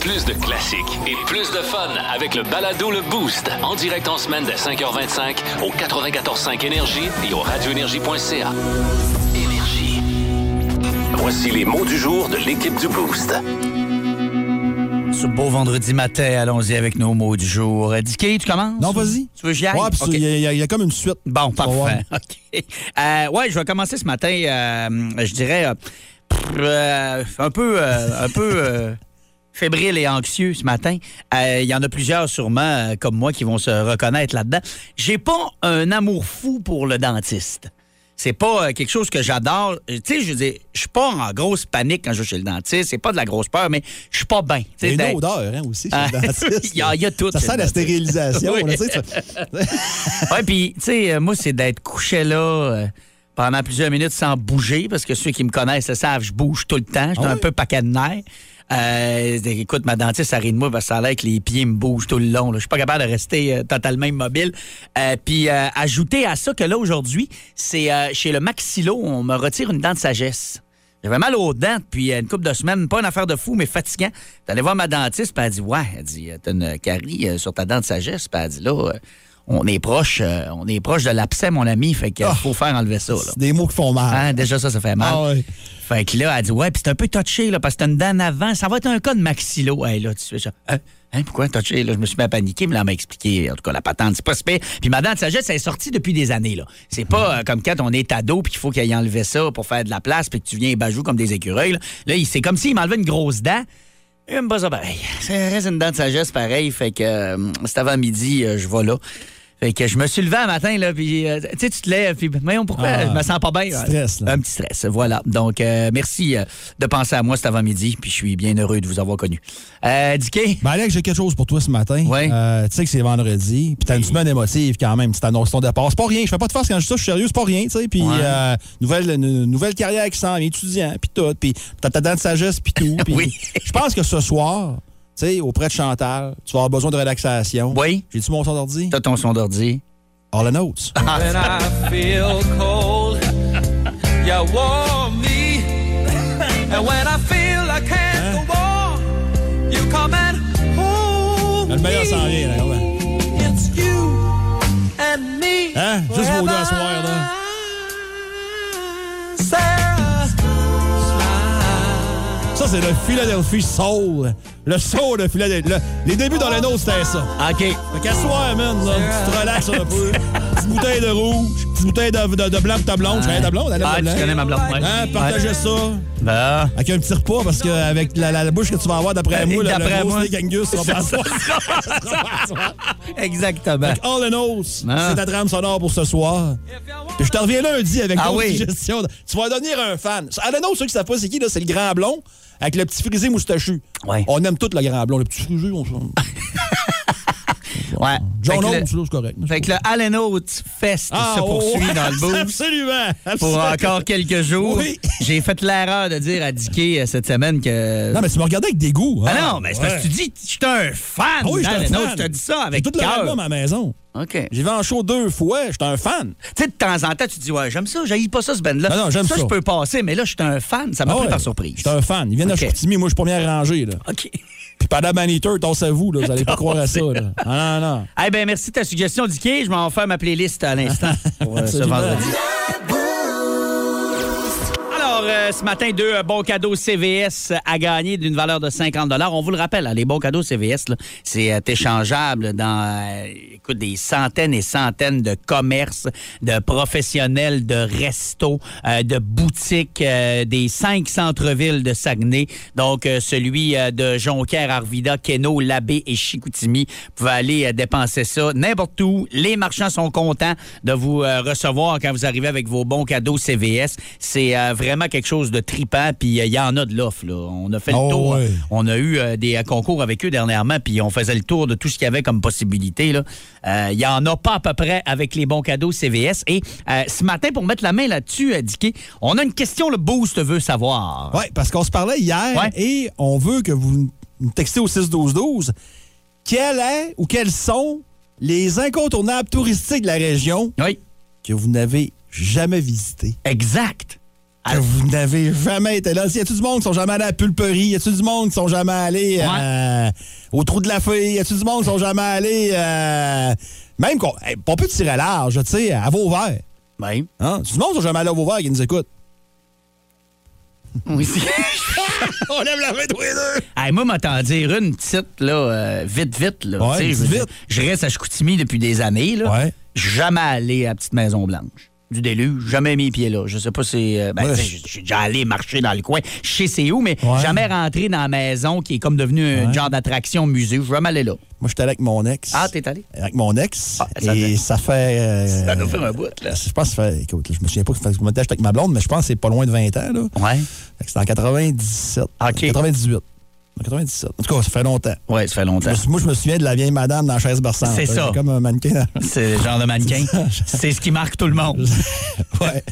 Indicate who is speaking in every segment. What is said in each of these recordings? Speaker 1: plus de classiques et plus de fun avec le balado Le Boost. En direct en semaine dès 5h25 au 94.5 Énergie et au radioénergie.ca. Énergie. Voici les mots du jour de l'équipe du Boost.
Speaker 2: Ce beau vendredi matin, allons-y avec nos mots du jour. Euh, Dicky, tu commences?
Speaker 3: Non, vas-y.
Speaker 2: Tu veux que j'y aille?
Speaker 3: Ouais, puis
Speaker 2: OK.
Speaker 3: il y a- il y, a- il y a comme une suite.
Speaker 2: Bon,
Speaker 3: Ouais.
Speaker 2: parfait. OK. Euh, ouais, je vais commencer ce matin, euh, je dirais, euh, pff, euh, un peu, euh, un peu euh, fébrile et anxieux ce matin. Euh, Il y en a plusieurs sûrement, euh, comme moi, qui vont se reconnaître là-dedans. J'ai pas un amour fou pour le dentiste. C'est pas euh, quelque chose que j'adore. Euh, Tu sais, je veux dire, je suis pas en grosse panique quand je vais chez le dentiste. C'est pas de la grosse peur, mais je suis pas bien. Tu
Speaker 3: Il
Speaker 2: sais,
Speaker 3: y a
Speaker 2: d'être-
Speaker 3: une odeur hein, aussi chez
Speaker 2: Ah,
Speaker 3: le dentiste.
Speaker 2: il y a- il y a tout
Speaker 3: Ça
Speaker 2: chez
Speaker 3: sent
Speaker 2: le
Speaker 3: la
Speaker 2: dentiste.
Speaker 3: stérilisation.
Speaker 2: Oui.
Speaker 3: là, tu sais, tu-
Speaker 2: Ouais, puis, tu sais, euh, moi, c'est d'être couché là euh, pendant plusieurs minutes sans bouger, parce que ceux qui me connaissent le savent, je bouge tout le temps. Je suis
Speaker 3: Ah
Speaker 2: un
Speaker 3: oui?
Speaker 2: peu paquet de nerfs. Euh, écoute, ma dentiste, ça rit de moi parce que ça a l'air que les pieds me bougent tout le long. là. Je suis pas capable de rester euh, totalement immobile. Euh, Puis, euh, ajouter à ça que là, aujourd'hui, c'est euh, chez le maxillo, on me retire une dent de sagesse. J'avais mal aux dents depuis euh, une couple de semaines, pas une affaire de fou, mais fatigant. J'allais voir ma dentiste, puis elle dit Ouais, elle dit, euh, t'as une carie euh, sur ta dent de sagesse, puis elle dit Là, euh, on est proche, euh, on est proche de l'abcès, mon ami, fait qu'il
Speaker 3: Ah.
Speaker 2: faut faire enlever ça. là.
Speaker 3: C'est des mots qui font mal.
Speaker 2: Hein, déjà, ça, ça fait mal.
Speaker 3: Ah ouais.
Speaker 2: Fait que là, elle dit Ouais, puis c'est un peu touché, là, parce que t'as une dent en avant, ça va être un cas de maxillo. Hey, là, tu fais ça. Hein? Hein, pourquoi touché? Là, je me suis mis à paniquer, mais là, elle m'a expliqué. En tout cas, la patente, c'est pas super. Puis ma dent de sagesse, elle est sortie depuis des années. là. C'est pas euh, comme quand on est ado puis qu'il faut qu'il aille enlever ça pour faire de la place puis que tu viens bajou comme des écureuils. Là, Là, il- c'est comme s'il m'enlevait une grosse dent. Et me passe pareil. Ça reste une dent de sagesse pareil. Fait que euh, c'est avant midi, euh, je vais là. Fait que je me suis levé un matin, là, puis euh, tu sais, tu te lèves, puis voyons pourquoi
Speaker 3: Ah,
Speaker 2: je me sens pas bien.
Speaker 3: petit stress, là.
Speaker 2: Un petit stress, voilà. Donc, euh, merci euh, de penser à moi cet avant-midi, puis je suis bien heureux de vous avoir connu. Euh, Dicky?
Speaker 3: Ben Alex, j'ai quelque chose pour toi ce matin.
Speaker 2: Ouais.
Speaker 3: Euh, tu sais que c'est vendredi, puis t'as une semaine émotive quand même. Tu t'annonces ton départ. C'est pas rien. Je fais pas de face quand je dis ça, je suis sérieux, c'est pas rien, tu sais. Puis
Speaker 2: Ouais.
Speaker 3: euh, nouvelle, une- nouvelle carrière qui s'en vient, étudiant, puis tout. Puis t'as ta dent de sagesse, puis tout. puis
Speaker 2: Oui.
Speaker 3: Je pense que ce soir, tu sais, auprès de Chantal, tu vas avoir besoin de relaxation.
Speaker 2: Oui?
Speaker 3: J'ai-tu mon son d'ordi?
Speaker 2: T'as ton son d'ordi?
Speaker 3: All the notes.
Speaker 4: When I feel cold, you warm me. And when I feel I can't go on, you come and hold
Speaker 3: Le meilleur s'en
Speaker 4: me.
Speaker 3: vient, là, quand même.
Speaker 4: It's you and me.
Speaker 3: Hein? Juste vos deux à
Speaker 4: forever.
Speaker 3: soir, là.
Speaker 4: Sarah, smile.
Speaker 3: Ça, c'est le Philadelphie Soul. Le soul de Philadelphie. Le- les débuts dans les notes, c'était ça.
Speaker 2: OK.
Speaker 3: Fait qu'à soir, man, là, tu te relaxes un peu. Petite bouteille de rouge, petite bouteille de, de, de blanc pour ta blonde. Je connais ta blonde, elle
Speaker 2: Ah,
Speaker 3: aime le
Speaker 2: tu connais ma
Speaker 3: blanc.
Speaker 2: blonde, ouais.
Speaker 3: Hein, partagez
Speaker 2: Ouais.
Speaker 3: ça.
Speaker 2: Bah.
Speaker 3: Avec un petit repas, parce qu'avec la, la, la bouche que tu vas avoir, d'après
Speaker 2: Euh,
Speaker 3: moi, le,
Speaker 2: d'après
Speaker 3: le gros
Speaker 2: moi.
Speaker 3: steak Angus sera pas à soir.
Speaker 2: Exactement.
Speaker 3: All in all, c'est
Speaker 2: Ah.
Speaker 3: ta trame sonore pour ce soir. Puis je te reviens lundi avec
Speaker 2: Ah
Speaker 3: d'autres
Speaker 2: oui.
Speaker 3: suggestions. Tu vas devenir un fan. All in all, ceux qui savent pas c'est qui, là, c'est le grand blond avec le petit frisé moustachu.
Speaker 2: Ouais.
Speaker 3: On aime tout le grand blond. Le petit frisé, on s'en...
Speaker 2: Ouais. Fait
Speaker 3: John
Speaker 2: que
Speaker 3: Holmes,
Speaker 2: le-
Speaker 3: là, Ah, oh. c'est correct.
Speaker 2: Fait que le Allen Oates Fest se poursuit
Speaker 3: ouais,
Speaker 2: dans le boost.
Speaker 3: Absolument.
Speaker 2: pour
Speaker 3: absolument.
Speaker 2: encore quelques jours.
Speaker 3: Oui.
Speaker 2: J'ai fait l'erreur de dire à Dicky euh, cette semaine que.
Speaker 3: Non, mais tu me regardais avec dégoût.
Speaker 2: Ah
Speaker 3: hein.
Speaker 2: non, mais c'est parce que tu dis, je suis un fan.
Speaker 3: Ah oui, je
Speaker 2: d'Allen
Speaker 3: suis un
Speaker 2: Oates.
Speaker 3: fan.
Speaker 2: Je te dis ça
Speaker 3: J'ai
Speaker 2: avec
Speaker 3: tout le
Speaker 2: cœur.
Speaker 3: album à la maison.
Speaker 2: OK. Tu
Speaker 3: J'ai vu en show deux fois. J'étais un fan.
Speaker 2: sais, de temps en temps, tu te dis, ouais, j'aime ça, j'haïs pas ça, ce band-là.
Speaker 3: Non, non, j'aime ça.
Speaker 2: je peux passer, mais là, je suis un fan. Ça m'a
Speaker 3: Ah
Speaker 2: pris
Speaker 3: ouais.
Speaker 2: par surprise.
Speaker 3: J'étais un fan. Ils viennent
Speaker 2: Ok.
Speaker 3: à Chicoutimi. Moi, je suis première rangée. Là.
Speaker 2: OK.
Speaker 3: Puis pendant Man Eater, tosse à vous. Là. Vous allez pas croire à ça. Là. Ah, non, non.
Speaker 2: Eh bien, merci de ta suggestion, Dicky. Je vais en faire ma playlist à l'instant pour euh, ce
Speaker 3: Absolument.
Speaker 2: vendredi. Alors, euh, ce matin, deux euh, bons cadeaux CVS euh, à gagner d'une valeur de 50 On vous le rappelle, hein, les bons cadeaux CVS, là, c'est euh, échangeable dans euh, écoute, des centaines et centaines de commerces, de professionnels, de restos, euh, de boutiques, euh, des cinq centres-villes de Saguenay. Donc, euh, celui euh, de Jonquière, Arvida, Keno, Labbé et Chicoutimi. Vous pouvez aller euh, dépenser ça n'importe où. Les marchands sont contents de vous euh, recevoir quand vous arrivez avec vos bons cadeaux CVS. C'est euh, vraiment quelque chose de tripant, puis euh, il y en a de l'offre. là. On a fait le
Speaker 3: Oh,
Speaker 2: tour.
Speaker 3: ouais.
Speaker 2: On a eu euh, des euh, concours avec eux dernièrement, puis on faisait le tour de tout ce qu'il y avait comme possibilité. là. Euh, Il y en a pas à peu près avec les bons cadeaux CVS. Et euh, ce matin, pour mettre la main là-dessus, euh, Dicky, on a une question le Boost veut savoir.
Speaker 3: Oui, parce qu'on se parlait hier
Speaker 2: Ouais.
Speaker 3: et on veut que vous nous textiez au 6-12-12 quel est ou quels sont les incontournables touristiques de la région
Speaker 2: Oui,
Speaker 3: que vous n'avez jamais visités.
Speaker 2: exact.
Speaker 3: Ah, vous n'avez jamais été là. Y a-tu du monde qui sont jamais allés à Pulperie? Y a-tu du monde qui sont jamais allés euh, au Trou de la Fée? Y a-tu du monde qui sont jamais allés... euh, même qu'on... hey, pas plus de tirer large, tu sais, à Vauvert.
Speaker 2: Ben,
Speaker 3: Hein? Y a-tu du monde qui sont jamais allés à Vauvert qui nous écoute?
Speaker 2: oui.
Speaker 3: On lève la main tous les deux!
Speaker 2: Hey, moi, m'entends dire une petite, là, euh, vite, vite. Là,
Speaker 3: Ouais,
Speaker 2: Tu sais, je,
Speaker 3: vite.
Speaker 2: je reste à Chicoutimi depuis des années. Là.
Speaker 3: Ouais.
Speaker 2: Jamais allé à Petite Maison Blanche. Du déluge, jamais mis les pieds là. Je sais pas si. euh, ben, tu
Speaker 3: Ouais.
Speaker 2: sais, j'ai- J'ai déjà allé marcher dans le coin. Je sais c'est où, mais
Speaker 3: Ouais.
Speaker 2: jamais rentré dans la maison qui est comme devenue un genre d'attraction musée. Je suis jamais allé là.
Speaker 3: Moi, j'étais allé avec mon ex.
Speaker 2: Ah, t'es allé?
Speaker 3: Avec mon ex.
Speaker 2: Ah, ça
Speaker 3: et
Speaker 2: fait-
Speaker 3: ça fait... euh,
Speaker 2: Ça nous fait un bout, là.
Speaker 3: Je pense que ça fait... Écoute, là, je me souviens pas combien de temps j'étais avec ma blonde, mais je pense que c'est pas loin de 20 ans, là.
Speaker 2: Ouais.
Speaker 3: Fait que C'était en 97.
Speaker 2: OK.
Speaker 3: 98. En 97. En tout cas, ça fait longtemps.
Speaker 2: Ouais, ça fait
Speaker 3: Je
Speaker 2: longtemps.
Speaker 3: me sou- Moi, je me souviens de la vieille madame dans la chaise berçante.
Speaker 2: C'est
Speaker 3: Là,
Speaker 2: ça.
Speaker 3: Comme un mannequin.
Speaker 2: C'est le genre de mannequin. C'est ce qui marque tout le monde.
Speaker 3: ouais.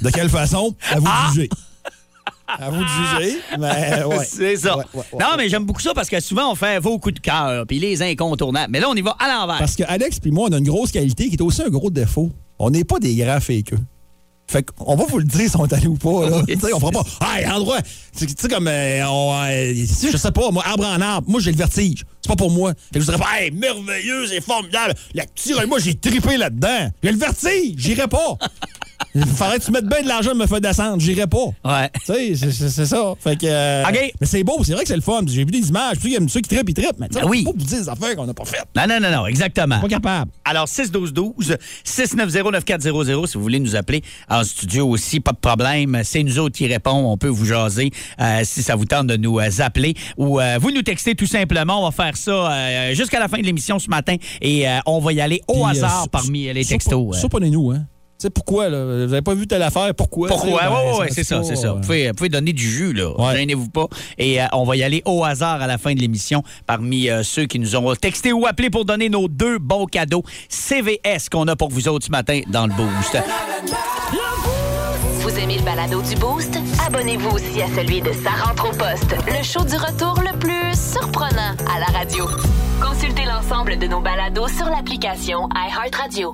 Speaker 3: De quelle façon? À vous
Speaker 2: Ah!
Speaker 3: de juger. À vous de juger. Mais ouais.
Speaker 2: C'est ça.
Speaker 3: Ouais, ouais, ouais.
Speaker 2: Non, mais j'aime beaucoup ça parce que souvent, on fait vos coups de cœur, puis les incontournables. Mais là, on y va à l'envers.
Speaker 3: Parce que Alex puis moi, on a une grosse qualité qui est aussi un gros défaut. On n'est pas des grands fakeux. Fait qu'on va vous le dire si on est allé ou pas. Là.
Speaker 2: Oui.
Speaker 3: Tu sais, on fera pas. Hey, endroit! Tu tu sais, comme. euh, on, euh, je sais pas, moi, arbre en arbre. Moi, j'ai le vertige. C'est pas pour moi. Fait que je dirais pas, hey, merveilleux, c'est formidable. La petite, moi, j'ai tripé là-dedans. J'ai le vertige. J'irai pas. Il faudrait que tu mettes bien de l'argent de me faire descendre. J'irai pas.
Speaker 2: Ouais.
Speaker 3: Tu sais, c'est- c'est c'est ça. Fait que. euh,
Speaker 2: OK.
Speaker 3: Mais c'est beau, c'est vrai que c'est le fun. J'ai vu des images. Puis il y a ceux qui trippent, ils trippent. Mais tu sais,
Speaker 2: Ben oui.
Speaker 3: faut vous dire des affaires qu'on n'a pas faites.
Speaker 2: Non, non, non, non, exactement.
Speaker 3: Pas capable.
Speaker 2: Alors, 612-12, 690-9400, si vous voulez nous appeler en studio aussi, pas de problème. C'est nous autres qui répondons. On peut vous jaser euh, si ça vous tente de nous euh, appeler ou euh, vous nous textez tout simplement. On va faire ça euh, jusqu'à la fin de l'émission ce matin et euh, on va y aller au
Speaker 3: Puis, euh,
Speaker 2: hasard
Speaker 3: sou-
Speaker 2: parmi les
Speaker 3: sou-
Speaker 2: textos. euh.
Speaker 3: Souponnez-nous, hein. Tu sais pourquoi, là? Vous avez pas vu telle affaire, pourquoi?
Speaker 2: Pourquoi?
Speaker 3: Tu sais, ben,
Speaker 2: Oui,
Speaker 3: ça
Speaker 2: oui,
Speaker 3: me
Speaker 2: c'est
Speaker 3: dit
Speaker 2: ça,
Speaker 3: pas,
Speaker 2: c'est ça.
Speaker 3: euh,
Speaker 2: Vous pouvez, vous pouvez donner du jus, là.
Speaker 3: Ouais.
Speaker 2: Gênez-vous pas. Et euh, on va y aller au hasard à la fin de l'émission parmi euh, ceux qui nous ont texté ou appelé pour donner nos deux bons cadeaux CVS qu'on a pour vous autres ce matin dans le Boost.
Speaker 5: Vous aimez le balado du Boost? Abonnez-vous aussi à celui de Sa rentre au poste, le show du retour le plus surprenant à la radio. Consultez l'ensemble de nos balados sur l'application iHeartRadio.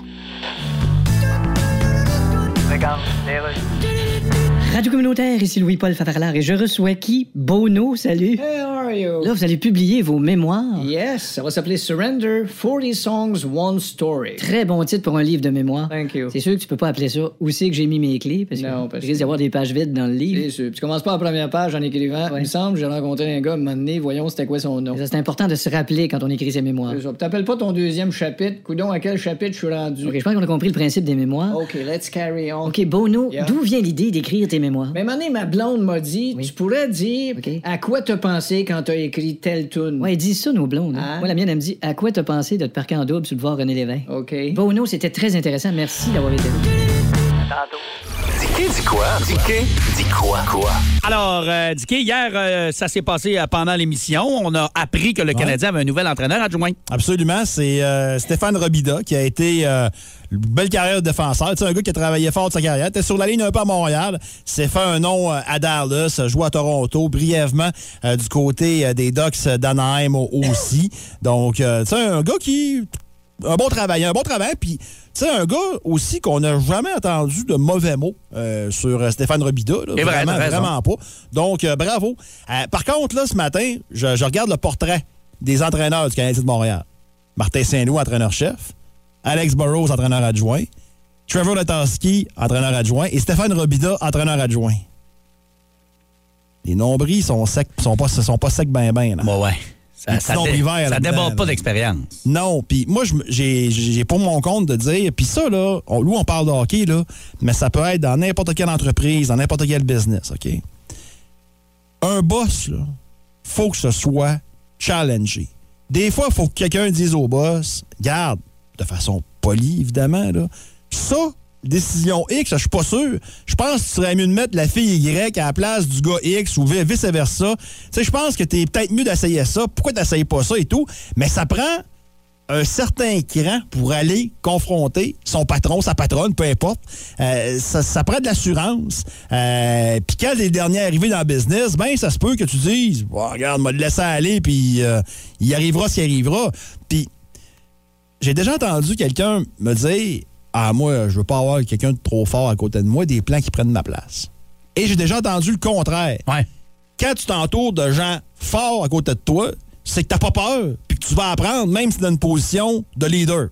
Speaker 6: Radio communautaire, ici Louis-Paul Favarlard et je reçois qui? Bono, salut.
Speaker 7: Hey, how are you?
Speaker 6: Là, vous allez publier vos mémoires.
Speaker 7: Yes, ça va s'appeler Surrender, 40 Songs, One Story.
Speaker 6: Très bon titre pour un livre de mémoire.
Speaker 7: Thank you.
Speaker 6: C'est sûr que tu peux pas appeler ça où c'est que j'ai mis mes clés parce que
Speaker 7: Non, parce
Speaker 6: il risque d'y avoir des pages vides dans le
Speaker 7: C'est
Speaker 6: livre.
Speaker 7: sûr. Puis Tu commences pas la première page en écrivant. Il me semble, j'ai rencontré un gars, un moment donné, voyons c'était quoi son nom.
Speaker 6: Mais ça, c'est important de se rappeler quand on écrit ses mémoires.
Speaker 7: C'est ça. Puis T'appelles pas ton deuxième chapitre. Coudon, à quel chapitre je suis rendu?
Speaker 6: Ok, je pense qu'on a compris le principe des mémoires.
Speaker 7: OK, let's carry on.
Speaker 6: OK, Bono,
Speaker 7: Oh. Yeah. Ben-
Speaker 6: d'où vient l'idée d'écrire tes mémoires?
Speaker 7: Mais un moment donné, ma blonde m'a dit, tu pourrais dire
Speaker 6: Ok.
Speaker 7: à quoi te penser quand t'as écrit telle tune.
Speaker 6: Ouais, ils disent ça, nos blondes. hein.
Speaker 7: Hein?
Speaker 6: Moi, la mienne, elle me dit À quoi t'as pensé de te parquer en double sur le voir René Lévesque
Speaker 7: OK.
Speaker 6: Bono, c'était très intéressant. Merci d'avoir été là.
Speaker 1: Dis dis quoi? Dis qui? Dis quoi? Quoi?
Speaker 2: Alors, euh, Dicky, hier, euh, ça s'est passé euh, pendant l'émission. On a appris que le Canadien avait un nouvel entraîneur adjoint.
Speaker 3: Absolument, c'est euh, Stéphane Robida qui a été euh, une belle carrière de défenseur. C'est un gars qui a travaillé fort de sa carrière. Était sur la ligne un peu à Montréal, s'est fait un nom euh, à Dallas, joue à Toronto brièvement euh, du côté euh, des Ducks d'Anaheim au- aussi. Donc, euh, c'est un gars qui un bon travail, un bon travail. Puis, tu sais, un gars aussi qu'on n'a jamais entendu de mauvais mots euh, sur euh, Stéphane Robida. là.
Speaker 2: Et vrai,
Speaker 3: vraiment,
Speaker 2: t'as raison.
Speaker 3: vraiment pas. Donc, euh, bravo. Euh, par contre, là, ce matin, je, je regarde le portrait des entraîneurs du Canadien de Montréal. Martin Saint-Loup, entraîneur-chef. Alex Burrows, entraîneur adjoint. Trevor Latanski, entraîneur adjoint. Et Stéphane Robida, entraîneur adjoint. Les nombrils sont secs, sont pas, sont pas secs ben ben. là.
Speaker 2: Bon, Bah ouais.
Speaker 3: Les
Speaker 2: Ça,
Speaker 3: petits
Speaker 2: ça,
Speaker 3: noms
Speaker 2: dé-
Speaker 3: d'hiver
Speaker 2: ça
Speaker 3: là-dedans,
Speaker 2: déborde pas
Speaker 3: là.
Speaker 2: d'expérience.
Speaker 3: Non, puis moi, je me- j'ai- j'ai pour mon compte de dire, puis ça, là, on, où on parle de hockey, là, mais ça peut être dans n'importe quelle entreprise, dans n'importe quel business, OK? Un boss, là, faut que ce soit challengé. Des fois, faut que quelqu'un dise au boss, garde, de façon polie, évidemment, là, ça, décision X, je suis pas sûr. Je pense que tu serais mieux de mettre la fille Y à la place du gars X ou vice-versa. Tu sais, je pense que t'es peut-être mieux d'essayer ça. Pourquoi t'essayes pas ça et tout? Mais ça prend un certain cran pour aller confronter son patron, sa patronne, peu importe. Euh, ça, ça prend de l'assurance. Euh, puis quand les derniers arrivés dans le business, ben ça se peut que tu dises, Bon, regarde, m'a laissé aller, puis euh, il arrivera ce qui arrivera. Puis j'ai déjà entendu quelqu'un me dire, ah moi, je veux pas avoir quelqu'un de trop fort à côté de moi, des plans qui prennent ma place. Et j'ai déjà entendu le contraire.
Speaker 2: Ouais.
Speaker 3: Quand tu t'entoures de gens forts à côté de toi, c'est que t'as pas peur, puis que tu vas apprendre, même si tu dans une position de leader.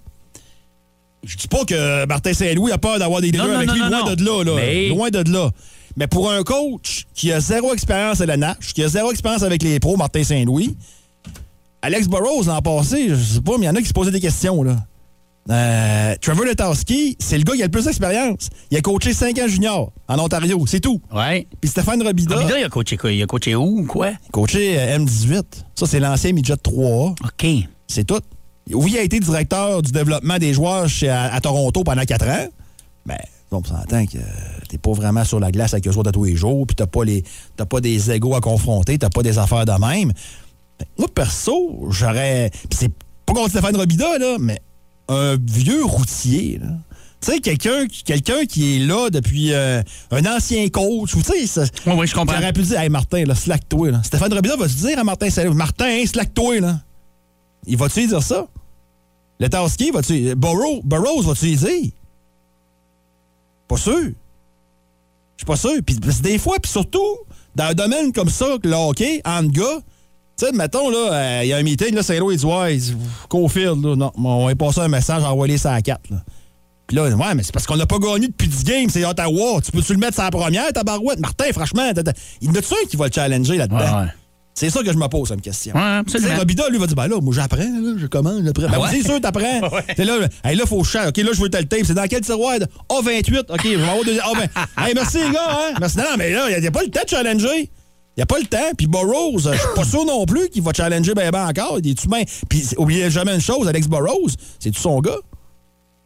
Speaker 3: Je dis pas que Martin Saint-Louis a peur d'avoir des leaders
Speaker 2: Non, non,
Speaker 3: avec
Speaker 2: non,
Speaker 3: lui,
Speaker 2: non,
Speaker 3: loin
Speaker 2: non.
Speaker 3: de là, là.
Speaker 2: Mais-
Speaker 3: Loin de là. Mais pour un coach qui a zéro expérience à la nage, qui a zéro expérience avec les pros, Martin Saint-Louis, Alex Burrows, l'an passé, je sais pas, mais il y en a qui se posaient des questions, là. Euh, Trevor Letowski, c'est le gars qui a le plus d'expérience. Il a coaché 5 ans junior en Ontario, c'est tout.
Speaker 2: Ouais.
Speaker 3: Puis Stéphane Robida,
Speaker 2: Robida, Ah, il a coaché quoi? Il a coaché où ou quoi?
Speaker 3: coaché euh, M18. Ça, c'est l'ancien midget 3A.
Speaker 2: OK.
Speaker 3: C'est tout. Oui, il a été directeur du développement des joueurs chez, à, à Toronto pendant 4 ans. Mais on s'entend que euh, t'es pas vraiment sur la glace avec eux autres à tous les jours, puis t'as pas, les- t'as pas des égaux à confronter, t'as pas des affaires de même. Ben, Moi, perso, j'aurais. Puis c'est pas contre Stéphane Robida, là, mais un vieux routier, là. Tu sais, quelqu'un qui- quelqu'un qui est là depuis euh, un ancien coach, ou tu sais, ça-
Speaker 2: Oui, oui, je comprends.
Speaker 3: J'aurais pu dire, hey Martin, là, slack-toi. là. Stéphane Robida va se dire à Martin Saint-Louis, Martin, hein, slack-toi. là. Il va-tu lui dire ça? Le Tarski, va-tu. Burrow, Burrows, va-tu lui dire? Pas sûr. Je suis pas sûr. Puis parce que des fois, puis surtout, dans un domaine comme ça, que le hockey, entre gars, tu sais, mettons, là, euh, il y a un meeting, là, Saint-Louis, il dit, ouais, il dit, Caulfield, là, non, on va passer un message, envoyer ça à 4, là. Puis là, ouais, mais c'est parce qu'on n'a pas gagné depuis 10 games, c'est Ottawa. Tu peux-tu le mettre sur la première, ta barouette? Martin, franchement, t'as- t'as- il y en a-tu un qui va le challenger là-dedans?
Speaker 2: Ouais, ouais.
Speaker 3: C'est ça que je me pose comme question.
Speaker 2: Ouais, absolument.
Speaker 3: Tu sais, Robida, lui, va dire, ben là, moi, j'apprends, là, je commence, j'apprends. Ben,
Speaker 2: Ouais.
Speaker 3: c'est sûr, t'apprends. C'est là, hey, là, faut que je cherche. OK, là, je veux tel tape. C'est dans quel tiroir? Ah, 28. OK, je vais avoir deux. Ah, ben, hey, merci, les gars, hein? Merci. Non, non, mais là, il n'y a, pas le temps de challenger. Il n'y a pas le temps. Puis Burroughs, je suis pas sûr non plus qu'il va challenger ben, ben encore. Il est humain. Puis oubliez jamais une chose, Alex Burroughs, c'est-tu son gars?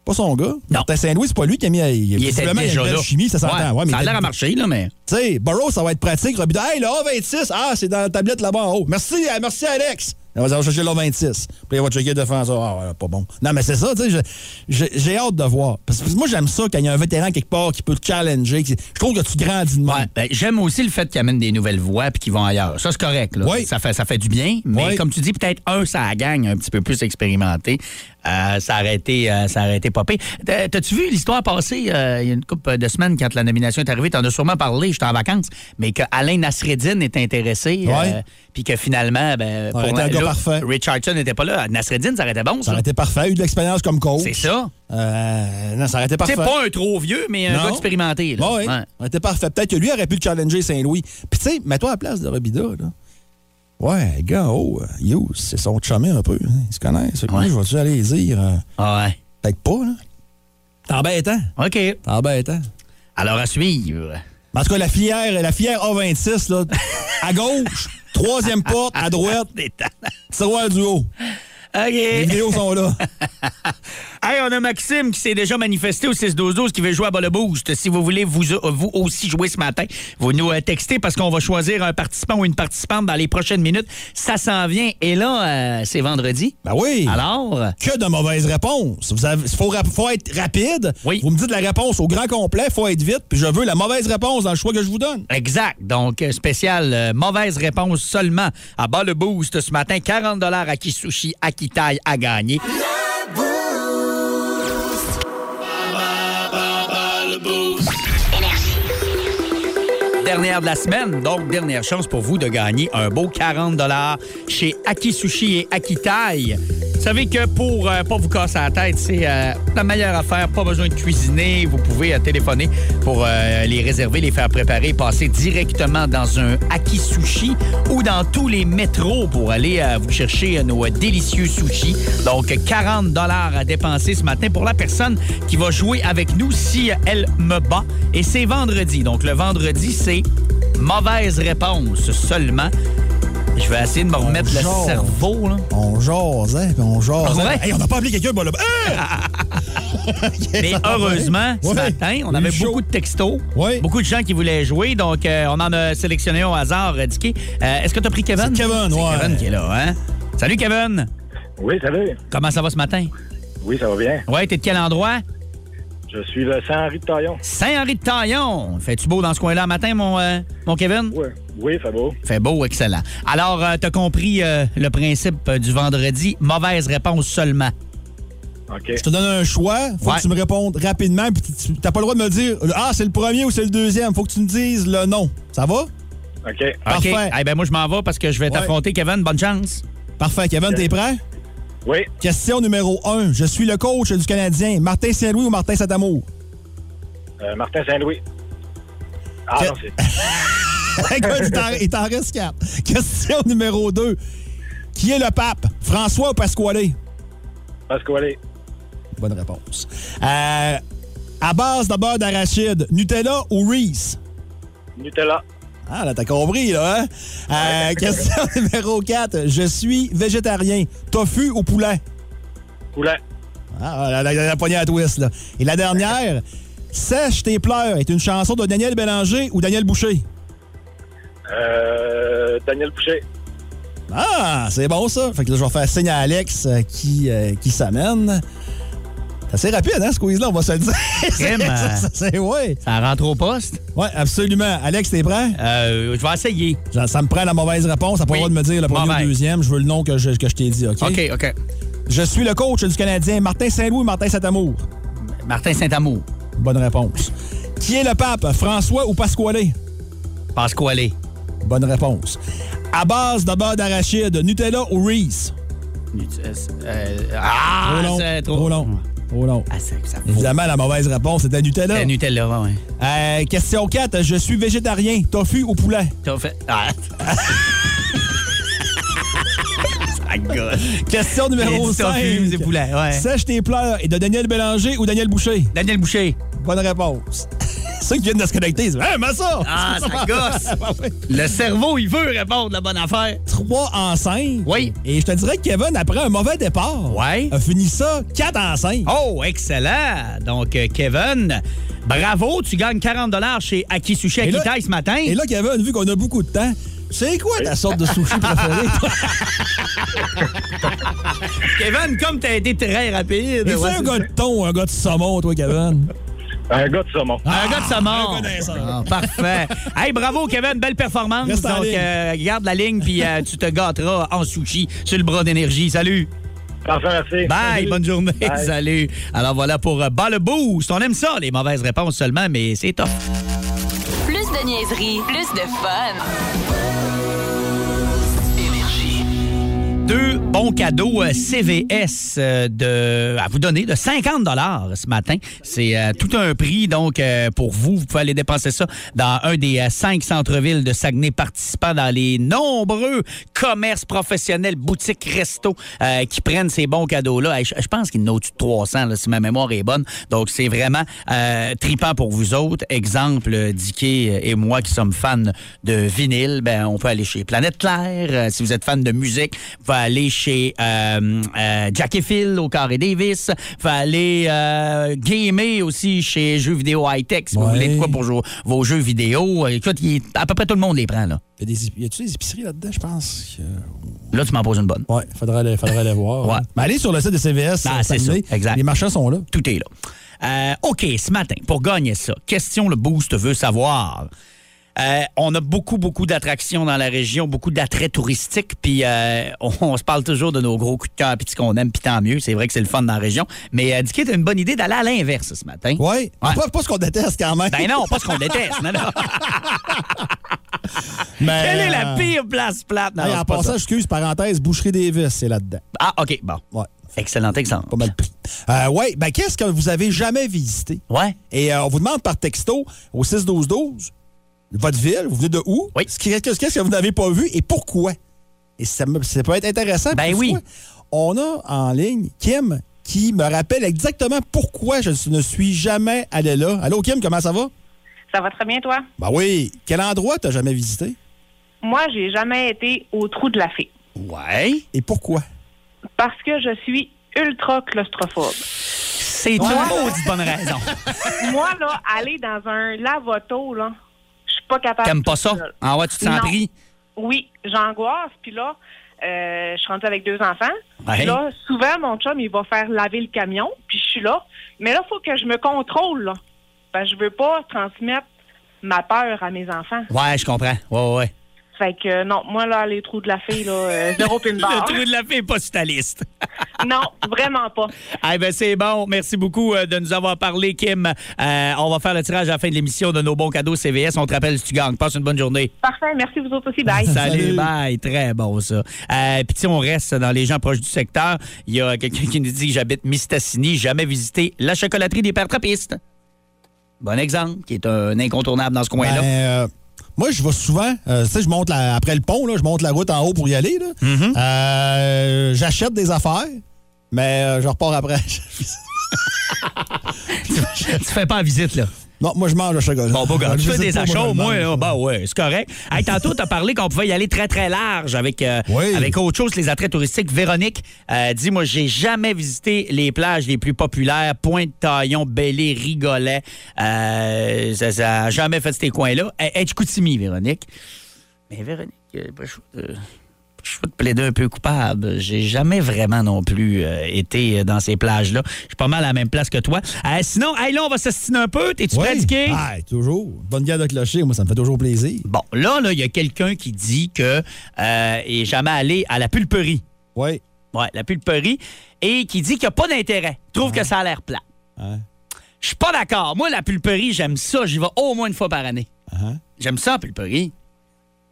Speaker 3: Pas son gars. Martin Saint-Louis, c'est pas lui qui a mis.
Speaker 2: Il était
Speaker 3: visiblement, il y a
Speaker 2: déjà
Speaker 3: une belle
Speaker 2: là.
Speaker 3: chimie, ça s'entend.
Speaker 2: Ouais,
Speaker 3: Ouais, mais
Speaker 2: ça a
Speaker 3: il
Speaker 2: l'air
Speaker 3: était-
Speaker 2: à marcher, là, mais...
Speaker 3: tu sais, Burrow, ça va être pratique. Robida, hey, le A26, ah, c'est dans la tablette là-bas en haut. Merci, euh, merci Alex. On va aller chercher le A26. Puis on va checker le défenseur. Ah, ouais, pas bon. Non, mais c'est ça, tu sais, je- je- j'ai hâte de voir. Parce que moi, j'aime ça quand il y a un vétéran quelque part qui peut te challenger. qui- Je trouve que tu grandis de même.
Speaker 2: Ouais, ben, j'aime aussi le fait qu'ils amènent des nouvelles voix puis qu'ils vont ailleurs. Ça, c'est correct. Là.
Speaker 3: Oui.
Speaker 2: Ça, fait, ça fait du bien. Mais
Speaker 3: Oui.
Speaker 2: comme tu dis, peut-être un, ça la gagne un petit peu plus expérimenté. Euh, ça aurait été, euh, ça aurait été popé. T'as- T'as-tu vu l'histoire passer euh, il y a une couple de semaines quand la nomination est arrivée? T'en as sûrement parlé, j'étais en vacances, mais que Alain Nasreddin est intéressé. euh,
Speaker 3: Ouais.
Speaker 2: puis que finalement, ben,
Speaker 3: aurait été un gars parfait.
Speaker 2: Richardson n'était pas là. Nasreddin, ça aurait été bon,
Speaker 3: Ça
Speaker 2: ça.
Speaker 3: aurait été parfait. Eu de l'expérience comme coach.
Speaker 2: C'est ça.
Speaker 3: Euh, non, ça aurait été
Speaker 2: C'est
Speaker 3: parfait.
Speaker 2: pas un trop vieux, mais un
Speaker 3: Non. Bah
Speaker 2: gars expérimenté. là.
Speaker 3: Oui,
Speaker 2: Ouais.
Speaker 3: on était parfait. Peut-être que lui aurait pu le challenger Saint-Louis. Puis tu sais, mets-toi à la place de Robida, là. Ouais, le gars, en haut, euh, Hughes, c'est son chumé un peu. hein. Ils se connaissent. Fait que
Speaker 2: Ouais.
Speaker 3: Moi, je vais-tu aller dire... euh,
Speaker 2: Ah Ouais.
Speaker 3: Peut-être pas, là. T'es embêtant.
Speaker 2: OK.
Speaker 3: T'es embêtant.
Speaker 2: Alors à suivre.
Speaker 3: En tout cas, la filière, la filière A26, là, à gauche, troisième porte, à droite,
Speaker 2: Des temps.
Speaker 3: tiroir du haut. Les
Speaker 2: OK.
Speaker 3: vidéos sont là.
Speaker 2: Hey, on a Maxime qui s'est déjà manifesté au 6-12-12 qui veut jouer à Bas le Boost. Si vous voulez vous, euh, vous aussi jouer ce matin, vous nous euh, textez parce qu'on va choisir un participant ou une participante dans les prochaines minutes. Ça s'en vient. Et là, euh, c'est vendredi.
Speaker 3: Ben oui.
Speaker 2: Alors, euh,
Speaker 3: Que de mauvaises réponses. Vous avez- faut, rap- faut être rapide.
Speaker 2: Oui.
Speaker 3: Vous me dites la réponse au grand complet, faut être vite, puis je veux la mauvaise réponse dans le choix que je vous donne.
Speaker 2: exact. Donc, euh, spécial, euh, mauvaise réponse seulement à Bas le Boost ce matin. 40 à qui sushi, à qui taille, à gagner. Dernière de la semaine, donc dernière chance pour vous de gagner un beau 40 chez Aki Sushi et Akitai. Vous savez que pour euh, pas vous casser la tête, c'est euh, la meilleure affaire. Pas besoin de cuisiner. Vous pouvez euh, téléphoner pour euh, les réserver, les faire préparer, passer directement dans un Aki Sushi ou dans tous les métros pour aller euh, vous chercher euh, nos euh, délicieux sushis. Donc, 40 à dépenser ce matin pour la personne qui va jouer avec nous si euh, elle me bat. Et c'est vendredi. Donc, le vendredi, c'est mauvaise réponse seulement. Je vais essayer de me remettre le
Speaker 3: Bonjour.
Speaker 2: cerveau. Là.
Speaker 3: On jase, hein, puis on jase.
Speaker 2: Ah ouais?
Speaker 3: Hey, on n'a pas appelé quelqu'un, ben là, hein?
Speaker 2: Mais
Speaker 3: Ça va bien.
Speaker 2: heureusement, ce
Speaker 3: Ouais.
Speaker 2: matin, on
Speaker 3: Eu
Speaker 2: avait
Speaker 3: chaud.
Speaker 2: beaucoup de textos,
Speaker 3: Ouais.
Speaker 2: beaucoup de gens qui voulaient jouer. Donc, euh, on en a sélectionné au hasard, euh, Dicky. Euh, Est-ce que tu as pris Kevin?
Speaker 3: C'est Kevin, ouais.
Speaker 2: Kevin qui est là, hein? Salut, Kevin.
Speaker 8: Oui, salut.
Speaker 2: Comment ça va ce matin?
Speaker 8: Oui, ça va bien.
Speaker 2: Ouais, t'es de quel endroit?
Speaker 8: Je suis le Saint-Henri de Taillon.
Speaker 2: Saint-Henri-de-Taillon. Fais-tu beau dans ce coin-là le matin, mon, euh, mon Kevin?
Speaker 8: Oui, oui ça va.
Speaker 2: Fait beau, excellent. Alors, euh, t'as compris euh, le principe euh, du vendredi, mauvaise réponse seulement.
Speaker 8: OK.
Speaker 3: Je te donne un choix. Faut
Speaker 2: Ouais.
Speaker 3: que tu me répondes rapidement. Puis tu- tu- t'as pas le droit de me dire Ah, c'est le premier ou c'est le deuxième. Faut que tu me dises le nom. Ça va?
Speaker 8: OK.
Speaker 2: OK.
Speaker 3: Parfait.
Speaker 2: Eh ben, moi, je m'en vais parce que je vais t'affronter, Kevin. Bonne chance.
Speaker 3: Parfait. Kevin, t'es prêt?
Speaker 8: Oui.
Speaker 3: Question numéro 1. Je suis le coach du Canadien. Martin Saint-Louis ou Martin Satamour?
Speaker 8: Euh, Martin Saint-Louis. Ah,
Speaker 3: Que-
Speaker 8: non, c'est.
Speaker 3: Écoute, il t'en- il t'en reste 4. Question numéro 2. Qui est le pape? François ou Pasquale?
Speaker 8: Pasco, allez.
Speaker 3: Bonne réponse. Euh, à base de beurre d'arachide, Nutella ou Reese?
Speaker 8: Nutella.
Speaker 3: Ah, là, t'as compris, là, hein? Euh, question numéro 4. Je suis végétarien. Tofu ou poulet?
Speaker 8: Poulet.
Speaker 3: Ah, la, la, la poignée à twist, là. Et la dernière, Sèche tes pleurs est une chanson de Daniel Bélanger ou Daniel Boucher?
Speaker 8: Euh, Daniel Boucher.
Speaker 3: Ah, c'est bon, ça. Fait que là, je vais faire signe à Alex euh, qui, euh, qui s'amène. C'est assez rapide, hein, ce quiz-là, on va se le dire.
Speaker 2: Crime, euh.
Speaker 3: C'est- c'est, ouais.
Speaker 2: Ça rentre au poste.
Speaker 3: Ouais, absolument. Alex, t'es prêt?
Speaker 2: Euh, je vais essayer.
Speaker 3: Ça, ça me prend la mauvaise réponse. Ça pas le
Speaker 2: Oui.
Speaker 3: droit de me dire le premier ou
Speaker 2: Mauvaise.
Speaker 3: le deuxième. Je veux le nom que je, que je t'ai dit, OK?
Speaker 2: OK, OK.
Speaker 3: Je suis le coach du Canadien, Martin Saint-Louis, Martin Satamour.
Speaker 2: Martin Saint-Amour.
Speaker 3: Bonne réponse. Qui est le pape, François ou Pasquale?
Speaker 2: Passe quoi aller?
Speaker 3: Bonne réponse. À base de beurre d'arachide, Nutella ou Reese?
Speaker 2: ah, c'est trop.
Speaker 3: Trop long. Trop long.
Speaker 2: Ah, c'est- ça vaut.
Speaker 3: Évidemment, la mauvaise réponse c'était Nutella.
Speaker 2: C'est Nutella, ouais.
Speaker 3: Euh, question 4. Je suis végétarien. Tofu ou poulet?
Speaker 2: T'as fait. Ah. ça gosse.
Speaker 3: Question
Speaker 2: Il a
Speaker 3: numéro
Speaker 2: dit
Speaker 3: 5.
Speaker 2: tofu, c'est poulet, ouais.
Speaker 3: Sèche tes pleurs et de Daniel Bélanger ou Daniel Boucher?
Speaker 2: Daniel Boucher.
Speaker 3: Bonne réponse. Ceux qui viennent de se connecter, ils disent Hein, mais ça!
Speaker 2: Ah, ça gosse. Le cerveau, il veut répondre la bonne affaire.
Speaker 3: 3 en 5.
Speaker 2: Oui.
Speaker 3: Et je te dirais que Kevin, après un mauvais départ,
Speaker 2: Ouais.
Speaker 3: a fini ça 4 en 5.
Speaker 2: Oh, excellent. Donc, euh, Kevin, bravo. Tu gagnes 40 chez Aki Sushi
Speaker 3: Et là-
Speaker 2: Akitaï ce matin.
Speaker 3: Et là, Kevin, vu qu'on a beaucoup de temps, c'est quoi ta sorte de sushi préférée? toi?
Speaker 2: Kevin, comme t'as été très rapide.
Speaker 3: Es-tu
Speaker 2: ouais,
Speaker 3: un
Speaker 2: c'est
Speaker 3: gars
Speaker 2: ça.
Speaker 3: de thon ou un gars de saumon, toi, Kevin?
Speaker 8: Un gars de saumon.
Speaker 2: Un gars de sa mort.
Speaker 3: connaisseur.
Speaker 2: Ah, parfait. hey, bravo, Kevin. Belle performance.
Speaker 3: Reste en
Speaker 2: Donc,
Speaker 3: ligne.
Speaker 2: euh, garde la ligne, puis euh, tu te gâteras en sushi sur le bras d'énergie. Salut.
Speaker 8: Parfait, merci.
Speaker 2: Bye. Bonne journée.
Speaker 8: Bye.
Speaker 2: Salut. Alors, voilà pour euh, Bas le Boost. On aime ça, les mauvaises réponses seulement, mais c'est top.
Speaker 5: Plus de niaiserie, plus de fun.
Speaker 2: deux bons cadeaux euh, CVS euh, de, à vous donner de 50 dollars ce matin. C'est euh, tout un prix donc euh, pour vous. Vous pouvez aller dépenser ça dans un des euh, cinq centres-villes de Saguenay participants dans les nombreux commerces professionnels, boutiques, restos euh, qui prennent ces bons cadeaux-là. Hey, je, je pense qu'il y en a au-dessus de 300 là, si ma mémoire est bonne. Donc c'est vraiment euh, tripant pour vous autres. Exemple, euh, Dicky et moi qui sommes fans de vinyle, ben on peut aller chez Planète Claire. Euh, si vous êtes fan de musique, va aller chez euh, euh, Jack et Phil au Carré Davis. Va aller euh, gamer aussi chez Jeux vidéo high tech. Si vous
Speaker 3: Ouais.
Speaker 2: voulez de quoi pour jo- vos jeux vidéo, Euh, écoute, il- à peu près tout le monde les prend là.
Speaker 3: Y a des épi- Y a-tu des épiceries là-dedans, je pense? que-
Speaker 2: Là, tu m'en poses une bonne.
Speaker 3: Ouais, faudrait aller, faudrait aller voir.
Speaker 2: Ouais.
Speaker 3: hein. Mais allez sur le site de CVS.
Speaker 2: Ah,
Speaker 3: euh,
Speaker 2: c'est
Speaker 3: samedi.
Speaker 2: ça, exact.
Speaker 3: Les marchands sont là.
Speaker 2: Tout est là. Euh, OK, ce matin, pour gagner ça, question le boost veut savoir. Euh, on a beaucoup, beaucoup d'attractions dans la région, beaucoup d'attraits touristiques, puis euh, on, on se parle toujours de nos gros coups de cœur, puis de ce qu'on aime, puis tant mieux. C'est vrai que c'est le fun dans la région. Mais euh, Dicky, t'as une bonne idée d'aller à l'inverse ce matin.
Speaker 3: Ouais. Ah,
Speaker 2: Ouais.
Speaker 3: Pas, Euh, pas ce qu'on déteste quand même.
Speaker 2: Ben non, pas ce qu'on déteste. Non, non.
Speaker 3: Mais,
Speaker 2: Quelle est
Speaker 3: euh,
Speaker 2: la pire place plate? Non,
Speaker 3: hey,
Speaker 2: c'est
Speaker 3: en
Speaker 2: pas ça.
Speaker 3: passant, excuse, parenthèse, boucherie Davis, c'est là-dedans.
Speaker 2: Ah, OK, bon.
Speaker 3: Ouais.
Speaker 2: Excellent exemple.
Speaker 3: Pas mal pris. Euh, ouais, ben qu'est-ce que vous avez jamais visité?
Speaker 2: Ouais.
Speaker 3: Et euh, on vous demande par texto au 6-12-12, votre ville, vous venez de où?
Speaker 2: Oui.
Speaker 3: Ce qui- Qu'est-ce que vous n'avez pas vu et pourquoi? Et ça, me- ça peut être intéressant.
Speaker 2: Ben
Speaker 3: Puis,
Speaker 2: oui.
Speaker 3: quoi, On a en ligne Kim qui me rappelle exactement pourquoi je ne suis jamais allé là. Allô, Kim, comment ça va?
Speaker 9: Ça va très bien, toi?
Speaker 3: Ben oui. Quel endroit t'as jamais visité
Speaker 9: Moi, j'ai jamais été au trou de la fée
Speaker 2: Ouais.
Speaker 3: et pourquoi?
Speaker 9: parce que je suis ultra claustrophobe.
Speaker 2: C'est une maudite bonne raison.
Speaker 9: Moi, là, aller dans un lavoto, là, je suis pas capable.
Speaker 2: T'aimes pas
Speaker 9: toute
Speaker 2: ça?
Speaker 9: seule.
Speaker 2: Ah ouais, tu te sens
Speaker 9: Non.
Speaker 2: pris?
Speaker 9: Oui, j'angoisse. Puis là, euh, je suis rendue avec deux enfants.
Speaker 2: Ouais.
Speaker 9: Puis Là, souvent, mon chum, il va faire laver le camion, puis je suis là. Mais là, il faut que je me contrôle, là. Ben, je veux pas transmettre ma peur à mes enfants.
Speaker 2: Ouais, je comprends. Ouais, ouais, ouais.
Speaker 9: Fait que euh, non, moi, là, les trous de la fille, là, euh, zéro pin
Speaker 2: Le
Speaker 9: barre.
Speaker 2: trou de la fille est pas sur ta liste.
Speaker 9: Non, vraiment pas.
Speaker 2: Ah ben c'est bon. Merci beaucoup euh, de nous avoir parlé, Kim. Euh, on va faire le tirage à la fin de l'émission de nos bons cadeaux CVS. On te rappelle si tu gagnes. Passe une bonne journée.
Speaker 9: Parfait, merci vous autres aussi. Bye.
Speaker 2: Salut,
Speaker 3: Salut.
Speaker 2: bye. Très bon, ça. Euh, Puis, tu sais, on reste dans les gens proches du secteur. Il y a quelqu'un qui nous dit J'habite Mistassini, jamais visité la chocolaterie des pères trappistes. Bon exemple, qui est un incontournable dans ce coin-là.
Speaker 3: Ben, euh, moi, je vais souvent, euh, tu sais, je monte la- après le pont, là, je monte la route en haut pour y aller. là.
Speaker 2: Mm-hmm.
Speaker 3: Euh, J'achète des affaires, mais euh, je repars après.
Speaker 2: tu fais pas la visite, là.
Speaker 3: non, moi, je mange le chocolat.
Speaker 2: Bon, beau gars,
Speaker 3: Je
Speaker 2: tu fais
Speaker 3: visite
Speaker 2: des
Speaker 3: pas,
Speaker 2: achats,
Speaker 3: je
Speaker 2: au moins,
Speaker 3: mange.
Speaker 2: là. Ben ouais, c'est correct. Hey, tantôt, t'as parlé qu'on pouvait y aller très, très large avec, euh,
Speaker 3: Oui.
Speaker 2: avec autre chose, les attraits touristiques. Véronique euh, dit, moi, j'ai jamais visité les plages les plus populaires, Pointe-Taillon, Bellé, Rigolet. Euh, ça, ça a jamais fait ces coins-là. Elle est de Chicoutimi, Véronique. Mais Véronique, euh, ben, je, euh, je vais te plaider un peu coupable. J'ai jamais vraiment non plus euh, été euh, dans ces plages-là. Je suis pas mal à la même place que toi. Euh, sinon, hey, là, on va s'assiner un peu. T'es-tu
Speaker 3: Oui. Ah,
Speaker 2: pratiqué?
Speaker 3: Ouais, toujours. Bonne guerre de clocher, moi, ça me fait toujours plaisir.
Speaker 2: Bon, là, là, il y a quelqu'un qui dit que euh, il est jamais allé à la pulperie.
Speaker 3: Oui.
Speaker 2: Ouais, la pulperie. Et qui dit qu'il n'y a pas d'intérêt. Trouve que ça a l'air plat.
Speaker 3: Ouais.
Speaker 2: Je suis pas d'accord. Moi, la pulperie, j'aime ça. J'y vais au moins une fois par année. J'aime ça, la pulperie.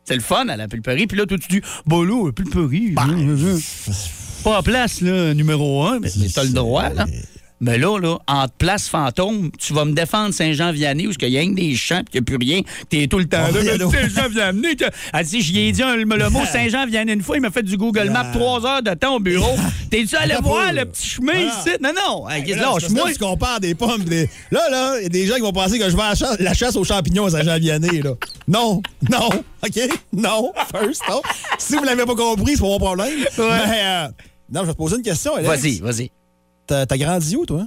Speaker 2: C'est le fun à la pulperie. Puis là, toi, tu dis, bon, là, la pulperie. euh, euh, Pas en place, là, numéro un. Mais, mais t'as le droit, là. Mais là, là, entre place fantôme, tu vas me défendre Saint-Jean-Vianney où il y a rien que des champs puis qu'il n'y a plus rien. T'es tout le temps
Speaker 3: Ah,
Speaker 2: là.
Speaker 3: oui,
Speaker 2: mais
Speaker 3: allô.
Speaker 2: Saint-Jean-Vianney. que- Elle dit, j'y ai dit un- le, le mot Saint-Jean-Vianney une fois. Il m'a fait du Google
Speaker 3: Ah.
Speaker 2: Maps trois heures de temps au bureau. T'es-tu allé
Speaker 3: Attends
Speaker 2: voir
Speaker 3: pas,
Speaker 2: le
Speaker 3: là.
Speaker 2: petit chemin
Speaker 3: Voilà.
Speaker 2: ici? Non, non. Hey,
Speaker 3: Là, je
Speaker 2: Lâche-moi.
Speaker 3: tu compares des pommes. Des... Là, là, il y a des gens qui vont penser que je vais à la chasse, la chasse aux champignons à Saint-Jean-Vianney, là. Non, non, OK? Non, first, non. Si vous l'avez pas compris, c'est pas mon problème. Mais, euh, non, je vais te poser une question, Alex.
Speaker 2: Vas-y, vas-y.
Speaker 3: T'as t'as grandi où, toi?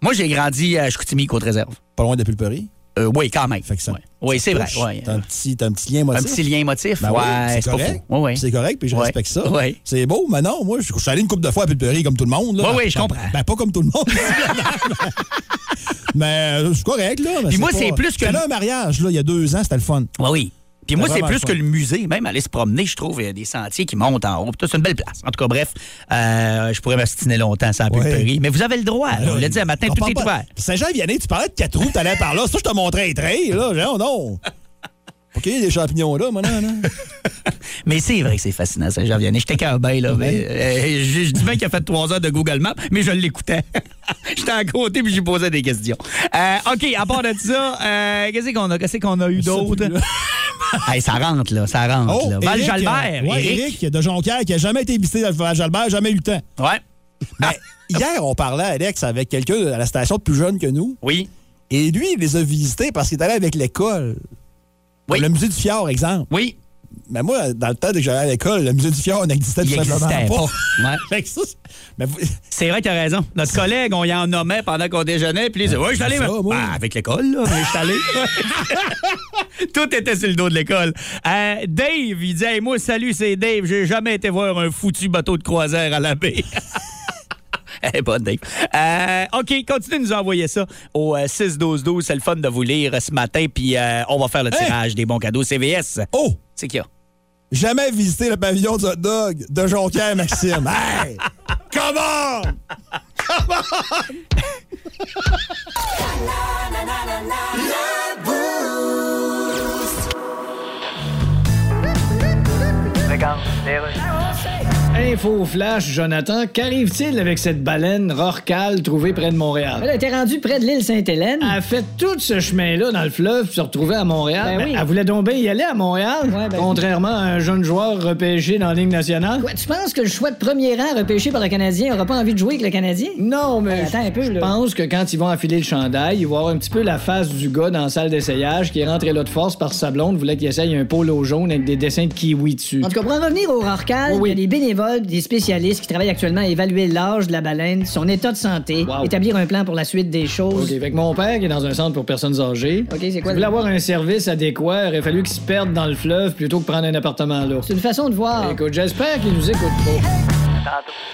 Speaker 2: Moi, j'ai grandi à Chicoutimi, Côte-Réserve.
Speaker 3: Pas loin de Pulperie.
Speaker 2: Euh, oui, quand même.
Speaker 3: Fait que ça-
Speaker 2: Ouais. Oui, c'est vrai.
Speaker 3: Touche.
Speaker 2: ouais.
Speaker 3: T'as un, petit- t'as un petit lien
Speaker 2: Un
Speaker 3: motif.
Speaker 2: petit lien émotif.
Speaker 3: Ben oui,
Speaker 2: ouais,
Speaker 3: c'est
Speaker 2: pas
Speaker 3: correct.
Speaker 2: faux. Ouais, ouais.
Speaker 3: C'est correct, puis je
Speaker 2: Ouais.
Speaker 3: respecte ça.
Speaker 2: Ouais.
Speaker 3: C'est beau, mais non, moi, je je suis allé une couple de fois à Pulperie comme tout le monde. Là.
Speaker 2: Ouais, ouais, je
Speaker 3: Ben,
Speaker 2: comprends.
Speaker 3: Ben, pas comme tout le monde. mais euh, c'est correct, là. mais
Speaker 2: Puis moi,
Speaker 3: pas-
Speaker 2: c'est plus que-
Speaker 3: J'étais allé à un mariage, là, il y a deux ans, c'était le fun.
Speaker 2: Oui, oui. Puis moi,
Speaker 3: C'est
Speaker 2: c'est
Speaker 3: vraiment
Speaker 2: plus que
Speaker 3: le fun.
Speaker 2: le musée. Même aller se promener, je trouve, il y a des sentiers qui montent en haut. Puis tout, C'est une belle place. En tout cas, bref, euh, je pourrais m'astiner longtemps sans
Speaker 3: Ouais. Ben
Speaker 2: pulperie. Mais vous avez le droit. là. on l'a dit un matin,
Speaker 3: On
Speaker 2: tout
Speaker 3: parle
Speaker 2: est
Speaker 3: pas-
Speaker 2: ouvert.
Speaker 3: Saint-Jean-Vianney, tu parlais de quatre roues, t'allais par là. C'est ça, je te montrais un trail, là. Non, non. OK, il y a des champignons là, hein. moi, non, non.
Speaker 2: Mais c'est vrai que c'est fascinant, Saint-Jean-Vianney. J'étais qu'un bain, là. Mais, euh, je, je dis bien qu'il a fait trois heures de Google Maps, mais je l'écoutais. J'étais à côté puis je lui posais des questions. Euh, OK, à part de ça, euh, qu'est-ce qu'on a? Qu'est-ce qu'on a eu
Speaker 3: Je sais
Speaker 2: d'autres?
Speaker 3: plus, là.
Speaker 2: Hey, ça rentre, là. Ça rentre, là.
Speaker 3: Oh, Éric,
Speaker 2: Val Jalbert.
Speaker 3: euh, ouais,
Speaker 2: Éric.
Speaker 3: Éric de Jonquière, qui a jamais été visité à Val Jalbert, jamais eu le temps.
Speaker 2: Ouais.
Speaker 3: Ben, hier, on parlait, Alex, avec quelqu'un à la station plus jeune que nous.
Speaker 2: Oui.
Speaker 3: Et lui, il les a visités parce qu'il est allé avec l'école.
Speaker 2: Oui.
Speaker 3: Comme Le musée du Fjord, exemple.
Speaker 2: Oui.
Speaker 3: Mais moi, dans le temps que j'allais à l'école, le musée du Fjord n'existait tout
Speaker 2: Il
Speaker 3: simplement
Speaker 2: existait
Speaker 3: pas.
Speaker 2: pas. Ouais.
Speaker 3: Fait que ça, c'est- mais vous-
Speaker 2: C'est vrai que t'as raison. Notre collègue, on y en nommait pendant qu'on déjeunait, puis il disait Ouais, je suis allé,
Speaker 3: Ça,
Speaker 2: mais-
Speaker 3: moi.
Speaker 2: Ben, avec l'école, là, mais je suis allé. Tout était sur le dos de l'école. Euh, Dave, il dit Hey, moi, salut, c'est Dave, j'ai jamais été voir un foutu bateau de croisière à la baie. Eh, bonne, Dave. Euh, OK, continuez de nous envoyer ça au euh, 6-12-12. C'est le fun de vous lire euh, ce matin, puis euh, on va faire le
Speaker 3: Hey!
Speaker 2: tirage des bons cadeaux CVS.
Speaker 3: Oh!
Speaker 2: C'est qui a?
Speaker 3: Jamais visité le pavillon du hot dog de Jonquière, Maxime. hey! Comment?
Speaker 7: Info flash, Jonathan, qu'arrive-t-il avec cette baleine rorcale trouvée près de Montréal?
Speaker 6: Elle a été rendue près de l'île Sainte-Hélène.
Speaker 7: Elle a fait tout ce chemin-là dans le fleuve pour se retrouver à Montréal.
Speaker 6: Ben oui.
Speaker 7: Elle voulait donc bien y aller à Montréal,
Speaker 6: Ouais, ben-
Speaker 7: contrairement à un jeune joueur repêché dans la Ligue nationale.
Speaker 6: Quoi, tu penses que le choix de premier rang repêché par le Canadien aura pas envie de jouer avec le Canadien?
Speaker 7: Non, mais
Speaker 6: Ben, attends un peu,
Speaker 7: je
Speaker 6: là.
Speaker 7: pense que quand ils vont affiler le chandail, ils vont avoir un petit peu la face du gars dans la salle d'essayage qui est rentré là de force par sa blonde, voulait qu'il essaye un polo jaune avec des dessins de kiwi dessus.
Speaker 6: En tout cas, pour en revenir au Rorcal,
Speaker 7: Oui, oui.
Speaker 6: il y a des bénévoles, des spécialistes qui travaillent actuellement à évaluer l'âge de la baleine, son état de santé,
Speaker 7: Wow.
Speaker 6: établir un plan pour la suite des
Speaker 7: OK,
Speaker 6: choses.
Speaker 7: fait que mon père qui est dans un centre pour personnes âgées.
Speaker 6: OK, c'est
Speaker 7: Si
Speaker 6: quoi
Speaker 7: voulait
Speaker 6: le-
Speaker 7: avoir un service adéquat, il aurait fallu qu'il se perde dans le fleuve plutôt que prendre un appartement là.
Speaker 6: C'est une façon de voir.
Speaker 7: Écoute, j'espère qu'il nous écoute pas.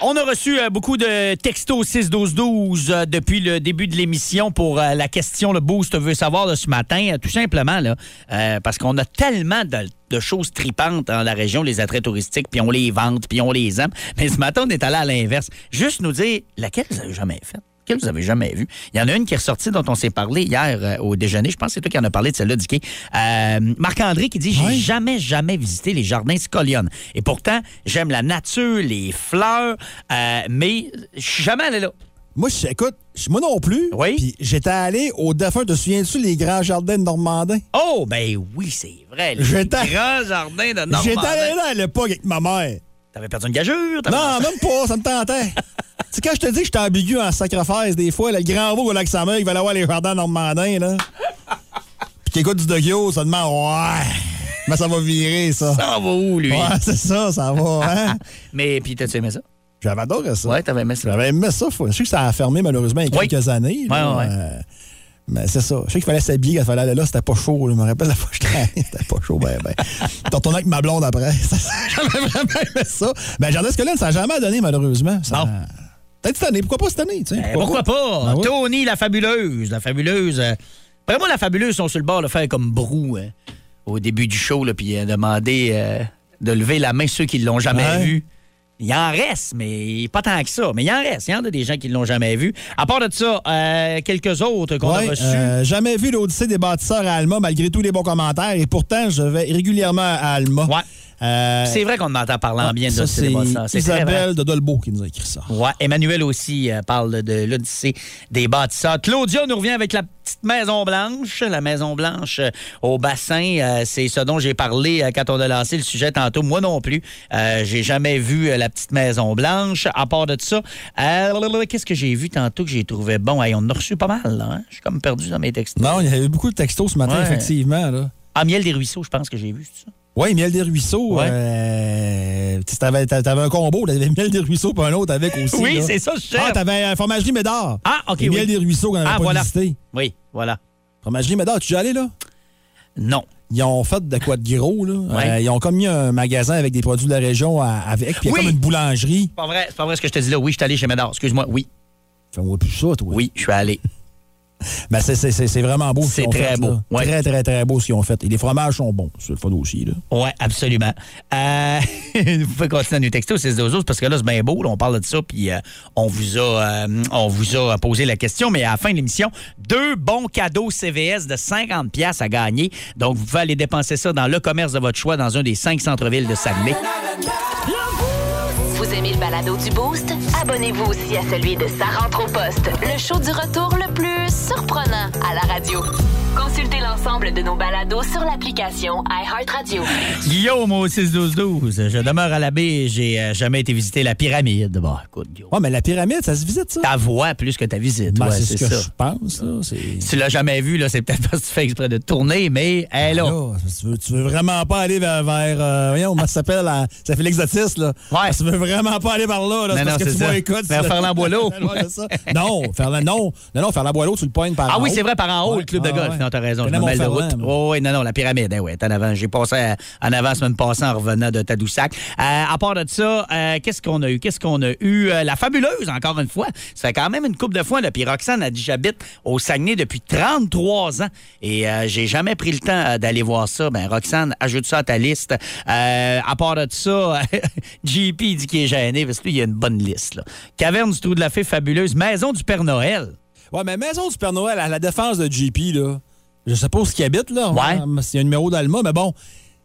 Speaker 2: On a reçu euh, beaucoup de textos 6-12-12 euh, depuis le début de l'émission pour euh, la question Le Boost veut savoir de ce matin, euh, tout simplement, là, euh, parce qu'on a tellement de, de choses tripantes dans la région, les attraits touristiques, puis on les vante, puis on les aime. Mais ce matin, on est allé à l'inverse. Juste nous dire laquelle vous avez jamais faite. Que vous avez jamais vue. Il y en a une qui est ressortie dont on s'est parlé hier euh, au déjeuner. Je pense que c'est toi qui en as parlé de celle-là, Dicky. Euh, Marc-André qui dit J'ai
Speaker 3: Oui.
Speaker 2: jamais, jamais visité les jardins scoliones. Et pourtant, j'aime la nature, les fleurs, euh, mais je suis jamais allé là.
Speaker 3: Moi, je, écoute, je- moi non plus.
Speaker 2: Oui.
Speaker 3: Puis j'étais allé au défunt, te souviens-tu, les grands jardins de Normandin?
Speaker 2: Oh, ben oui, c'est vrai. Les
Speaker 3: J'étais-
Speaker 2: grands jardins de Normandie.
Speaker 3: J'étais allé là à l'époque avec ma mère.
Speaker 2: T'avais perdu une gageure? t'avais-
Speaker 3: Non, même pas, ça me tentait. tu sais, quand je te dis que j'étais ambigu en sacrifice, des fois, là, le grand veau au lac Samuel, il va aller voir les jardins normandins, là. Puis qui écoute du Dogio, ça demande, ouais, mais ça va virer, ça.
Speaker 2: Ça va Ah, où, lui?
Speaker 3: Ouais, c'est ça, ça va, hein?
Speaker 2: Mais puis t'as-tu aimé ça?
Speaker 3: J'avais adoré ça.
Speaker 2: Ouais, t'avais aimé ça.
Speaker 3: J'avais aimé ça. faut- Je sais que ça a fermé, malheureusement, il y a
Speaker 2: Oui.
Speaker 3: quelques années. là,
Speaker 2: Ouais, ouais, ouais.
Speaker 3: euh, mais c'est ça. Je sais qu'il fallait s'habiller quand il fallait aller là. C'était pas chaud. là. Je me rappelle la fois que j'étais allé, C'était pas chaud. Ben, ben. T'es retourné avec ma blonde après. J'avais vraiment aimé ça. Ben, Jardin Scolaire, ça n'a jamais donné, malheureusement. Ça-
Speaker 2: Non.
Speaker 3: Peut-être cette année. Pourquoi pas cette année? tu sais?
Speaker 2: Eh, pourquoi pas?
Speaker 3: Ben oui.
Speaker 2: Tony, la fabuleuse. La fabuleuse. euh, Vraiment, la fabuleuse sont sur le bord de faire comme brou euh, au début du show, là, puis euh, demander euh, de lever la main ceux qui l'ont jamais
Speaker 3: Ouais.
Speaker 2: vu. Il en reste, mais pas tant que ça. Mais il en reste. Il y en a des gens qui l'ont jamais vu. À part de ça, euh, quelques autres qu'on
Speaker 3: Ouais,
Speaker 2: a reçus.
Speaker 3: euh, jamais vu l'Odyssée des bâtisseurs à Alma, malgré tous les bons commentaires. Et pourtant, je vais régulièrement à Alma.
Speaker 2: Ouais.
Speaker 3: Euh,
Speaker 2: C'est vrai qu'on entend parler en bien de
Speaker 3: ah, ça,
Speaker 2: l'Odyssée des bâtisseurs.
Speaker 3: c'est
Speaker 2: C'est très vrai.
Speaker 3: Isabelle de Dolbeau qui nous a écrit ça.
Speaker 2: Ouais, Emmanuel aussi euh, parle de l'Odyssée des bâtisseurs. Claudia nous revient avec la petite Maison Blanche, la Maison Blanche euh, au bassin. Euh, c'est ce dont j'ai parlé euh, quand on a lancé le sujet tantôt. Moi non plus, euh, j'ai jamais vu euh, la petite Maison Blanche. À part de ça, euh, qu'est-ce que j'ai vu tantôt que j'ai trouvé bon? Hey, on en a reçu pas mal, là, hein? Je suis comme perdu dans mes textes.
Speaker 3: Non, il y avait beaucoup de textos ce matin,
Speaker 2: Ouais.
Speaker 3: effectivement. Là.
Speaker 2: Ah, Miel des Ruisseaux, je pense que j'ai vu, c'est ça?
Speaker 3: Oui, Miel des Ruisseaux.
Speaker 2: Ouais.
Speaker 3: euh, tu sais, t'avais, t'a- t'avais un combo, t'avais Miel des Ruisseaux puis un autre avec aussi.
Speaker 2: Oui,
Speaker 3: là.
Speaker 2: c'est ça, je cherche.
Speaker 3: Ah, t'avais euh, Fromagerie Médard.
Speaker 2: Ah, OK,
Speaker 3: Et
Speaker 2: oui.
Speaker 3: Miel des Ruisseaux qu'on n'avait
Speaker 2: Ah,
Speaker 3: pas
Speaker 2: voilà.
Speaker 3: visité.
Speaker 2: Oui, voilà.
Speaker 3: Fromagerie Médard, tu es déjà allé là?
Speaker 2: Non.
Speaker 3: Ils ont fait de quoi de gros, là?
Speaker 2: Ouais.
Speaker 3: Euh, ils ont comme mis un magasin avec des produits de la région à- avec, puis il y a
Speaker 2: Oui.
Speaker 3: comme une boulangerie.
Speaker 2: C'est pas vrai, c'est pas vrai ce que je te dis là. Oui, je suis allé chez Médard. Excuse-moi. Oui,
Speaker 3: Fais moi plus ça, toi.
Speaker 2: oui, je suis allé.
Speaker 3: Ben, c'est, c'est- c'est- c'est vraiment beau. ce
Speaker 2: C'est
Speaker 3: qu'ils ont
Speaker 2: très
Speaker 3: fait,
Speaker 2: beau,
Speaker 3: là.
Speaker 2: ouais.
Speaker 3: Très, très, très beau ce qu'ils ont fait. Et les fromages sont bons. C'est le fun aussi, là.
Speaker 2: Oui, absolument. Euh, vous pouvez continuer à nous texter au 6 autres parce que là, c'est bien beau. là, on parle de ça, puis euh, on, vous a, euh, on vous a posé la question. Mais à la fin de l'émission, deux bons cadeaux CVS de 50 pièces à gagner. Donc, vous pouvez aller dépenser ça dans le commerce de votre choix, dans un des cinq centres-villes de Saguenay.
Speaker 5: Vous aimez le balado du Boost? Abonnez-vous aussi à celui de Sa rentre au poste, le show du retour le plus surprenant à la radio. Consultez l'ensemble de nos balados sur l'application iHeartRadio.
Speaker 2: Guillaume au 6-12-12. Je demeure à l'abbé. J'ai euh, jamais été visiter la pyramide. Bon, écoute, Guillaume.
Speaker 3: Ouais, mais la pyramide, ça se visite, ça?
Speaker 2: Ta voix plus que ta visite.
Speaker 3: Ben,
Speaker 2: Ah, ouais,
Speaker 3: c'est, ce que
Speaker 2: ça.
Speaker 3: je pense, là. C'est...
Speaker 2: Si tu l'as jamais vu, là, c'est peut-être parce que tu fais exprès de tourner, mais elle est là.
Speaker 3: Là, tu, veux, tu veux vraiment pas aller vers. vers, euh, voyons, comment ça s'appelle? la- C'est Félix Otis, là.
Speaker 2: Ouais.
Speaker 3: Tu veux vraiment pas aller par là, là.
Speaker 2: Non,
Speaker 3: c'est parce
Speaker 2: non,
Speaker 3: que
Speaker 2: c'est
Speaker 3: tu vois
Speaker 2: ça.
Speaker 3: les codes,
Speaker 2: Vers
Speaker 3: tu-
Speaker 2: Ferland Boileau.
Speaker 3: Ouais, c'est ça. Non, Ferland, non. Non, non, Ferland Boileau, tu le poignes par
Speaker 2: Ah
Speaker 3: en
Speaker 2: oui,
Speaker 3: haut.
Speaker 2: c'est vrai, par en haut,
Speaker 3: Ouais.
Speaker 2: le club
Speaker 3: Ah,
Speaker 2: de golf.
Speaker 3: ouais.
Speaker 2: Non, t'as raison, je
Speaker 3: Connais
Speaker 2: me
Speaker 3: mon
Speaker 2: mêle de
Speaker 3: Ferland,
Speaker 2: route.
Speaker 3: moi.
Speaker 2: Oh, oui, non, non, la pyramide, hein, ouais, t'es en avant. J'ai passé à- en avant semaine passée en revenant de Tadoussac. Euh, à part de ça, euh, qu'est-ce qu'on a eu? Qu'est-ce qu'on a eu? Euh, la fabuleuse, encore une fois. Ça fait quand même une coupe de fois, là. Puis Roxane a dit, j'habite au Saguenay depuis 33 ans et euh, j'ai jamais pris le temps euh, d'aller voir ça. Ben, Roxane, ajoute ça à ta liste. Euh, à part de ça, JP dit qu'il est gêné parce que lui, il a une bonne liste, là. Caverne du Trou de la Fée fabuleuse, Maison du Père Noël.
Speaker 3: Ouais, mais Maison du Père Noël, à la défense de JP, là. Je sais pas où il habite, là.
Speaker 2: Ouais.
Speaker 3: hein, S'il y a un numéro d'Alma, mais bon,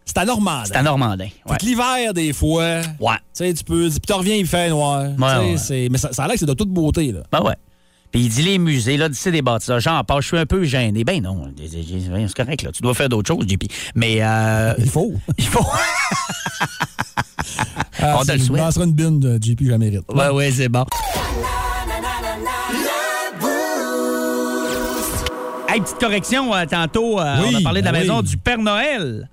Speaker 3: c'est à Normande.
Speaker 2: C'est à Normandin. Ouais.
Speaker 3: Fait que l'hiver, des fois.
Speaker 2: Ouais.
Speaker 3: Tu sais, tu peux. Puis tu reviens, il fait noir. Tu sais,
Speaker 2: ouais.
Speaker 3: c'est- Mais ça, ça a l'air que c'est de toute beauté, là.
Speaker 2: Ben ouais. Puis il dit les musées, là, d'ici des bâtisseurs, j'en parle, je suis un peu gêné. Ben non, c'est correct, là. Tu dois faire d'autres choses, JP. Mais euh,
Speaker 3: Il faut.
Speaker 2: il faut.
Speaker 3: Ah,
Speaker 2: On te le
Speaker 3: tu
Speaker 2: souhaite.
Speaker 3: lanceras une bine de JP, jamais mérite.
Speaker 2: ouais, ouais, c'est bon. Hey, petite correction, euh, tantôt, euh,
Speaker 3: Oui,
Speaker 2: on a parlé de la
Speaker 3: ben
Speaker 2: maison
Speaker 3: oui.
Speaker 2: du Père Noël.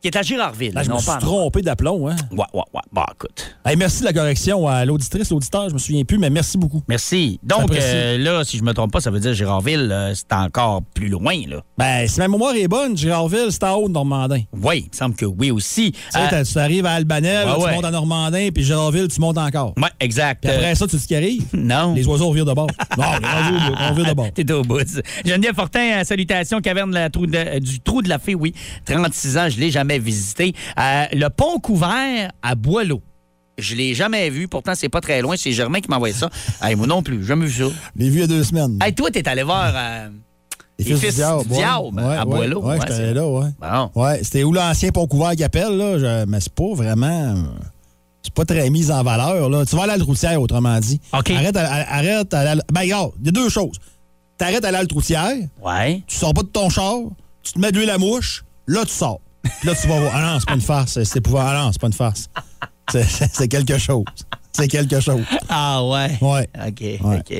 Speaker 2: qui est à Girardville.
Speaker 3: Là, Ah, je
Speaker 2: non
Speaker 3: me suis
Speaker 2: pas à-
Speaker 3: trompé d'aplomb. Hein?
Speaker 2: Ouais, ouais, ouais. Bon, écoute.
Speaker 3: Hey, merci de la correction à l'auditrice, l'auditeur, je me souviens plus, mais merci beaucoup.
Speaker 2: Merci. Donc,
Speaker 3: J'apprécie.
Speaker 2: euh, là, si je me trompe pas, ça veut dire Girardville, euh, c'est encore plus loin, là.
Speaker 3: Ben, si ma mémoire est bonne, Girardville, c'est en haut de Normandin.
Speaker 2: Oui, il me semble que oui aussi.
Speaker 3: Tu sais,
Speaker 2: Euh,
Speaker 3: t'as- tu arrives à Albanel,
Speaker 2: Ouais,
Speaker 3: tu
Speaker 2: ouais.
Speaker 3: montes à Normandin, puis Girardville, tu montes encore.
Speaker 2: ouais, exact.
Speaker 3: Puis
Speaker 2: Euh,
Speaker 3: après ça, tu sais ce qui arrive?
Speaker 2: non. Ah,
Speaker 3: Les oiseaux revirent de bord. Non, les oiseaux, on vire de bord.
Speaker 2: T'es au bout. Geneviève Fortin, euh, salutations, caverne de la trou de- euh, du Trou de la Fée, oui. 36 ans, je l'ai jamais visité. Euh, le pont couvert à Boileau. Je l'ai jamais vu, pourtant c'est pas très loin. C'est Germain qui m'envoyait ça. Hey, moi non plus, jamais vu ça.
Speaker 3: Les vu il y a deux semaines.
Speaker 2: Hey, toi, t'es allé voir. euh,
Speaker 3: les
Speaker 2: les fils du diable, à Boileau,
Speaker 3: Ouais,
Speaker 2: ouais,
Speaker 3: j'étais
Speaker 2: c'est-
Speaker 3: là, ouais.
Speaker 2: Bon.
Speaker 3: Ouais, c'était où l'ancien pont couvert qui appelle, là? je- Mais c'est pas vraiment. euh, C'est pas très mis en valeur, là. Tu vas à la routière, autrement dit.
Speaker 2: OK.
Speaker 3: Arrête à, à- arrête à la- Ben, regarde, il y a deux choses. T'arrêtes à la routière,
Speaker 2: Ouais.
Speaker 3: tu sors pas de ton char, tu te mets de l'huile à mouche, là, tu sors. Puis là, tu vas voir. Ah non, c'est pas une farce. C'est épouvantable. Ah non, c'est pas une farce. C'est- C'est c'est quelque chose. C'est quelque chose.
Speaker 2: Ah ouais.
Speaker 3: Ouais.
Speaker 2: OK,
Speaker 3: Ouais.
Speaker 2: OK.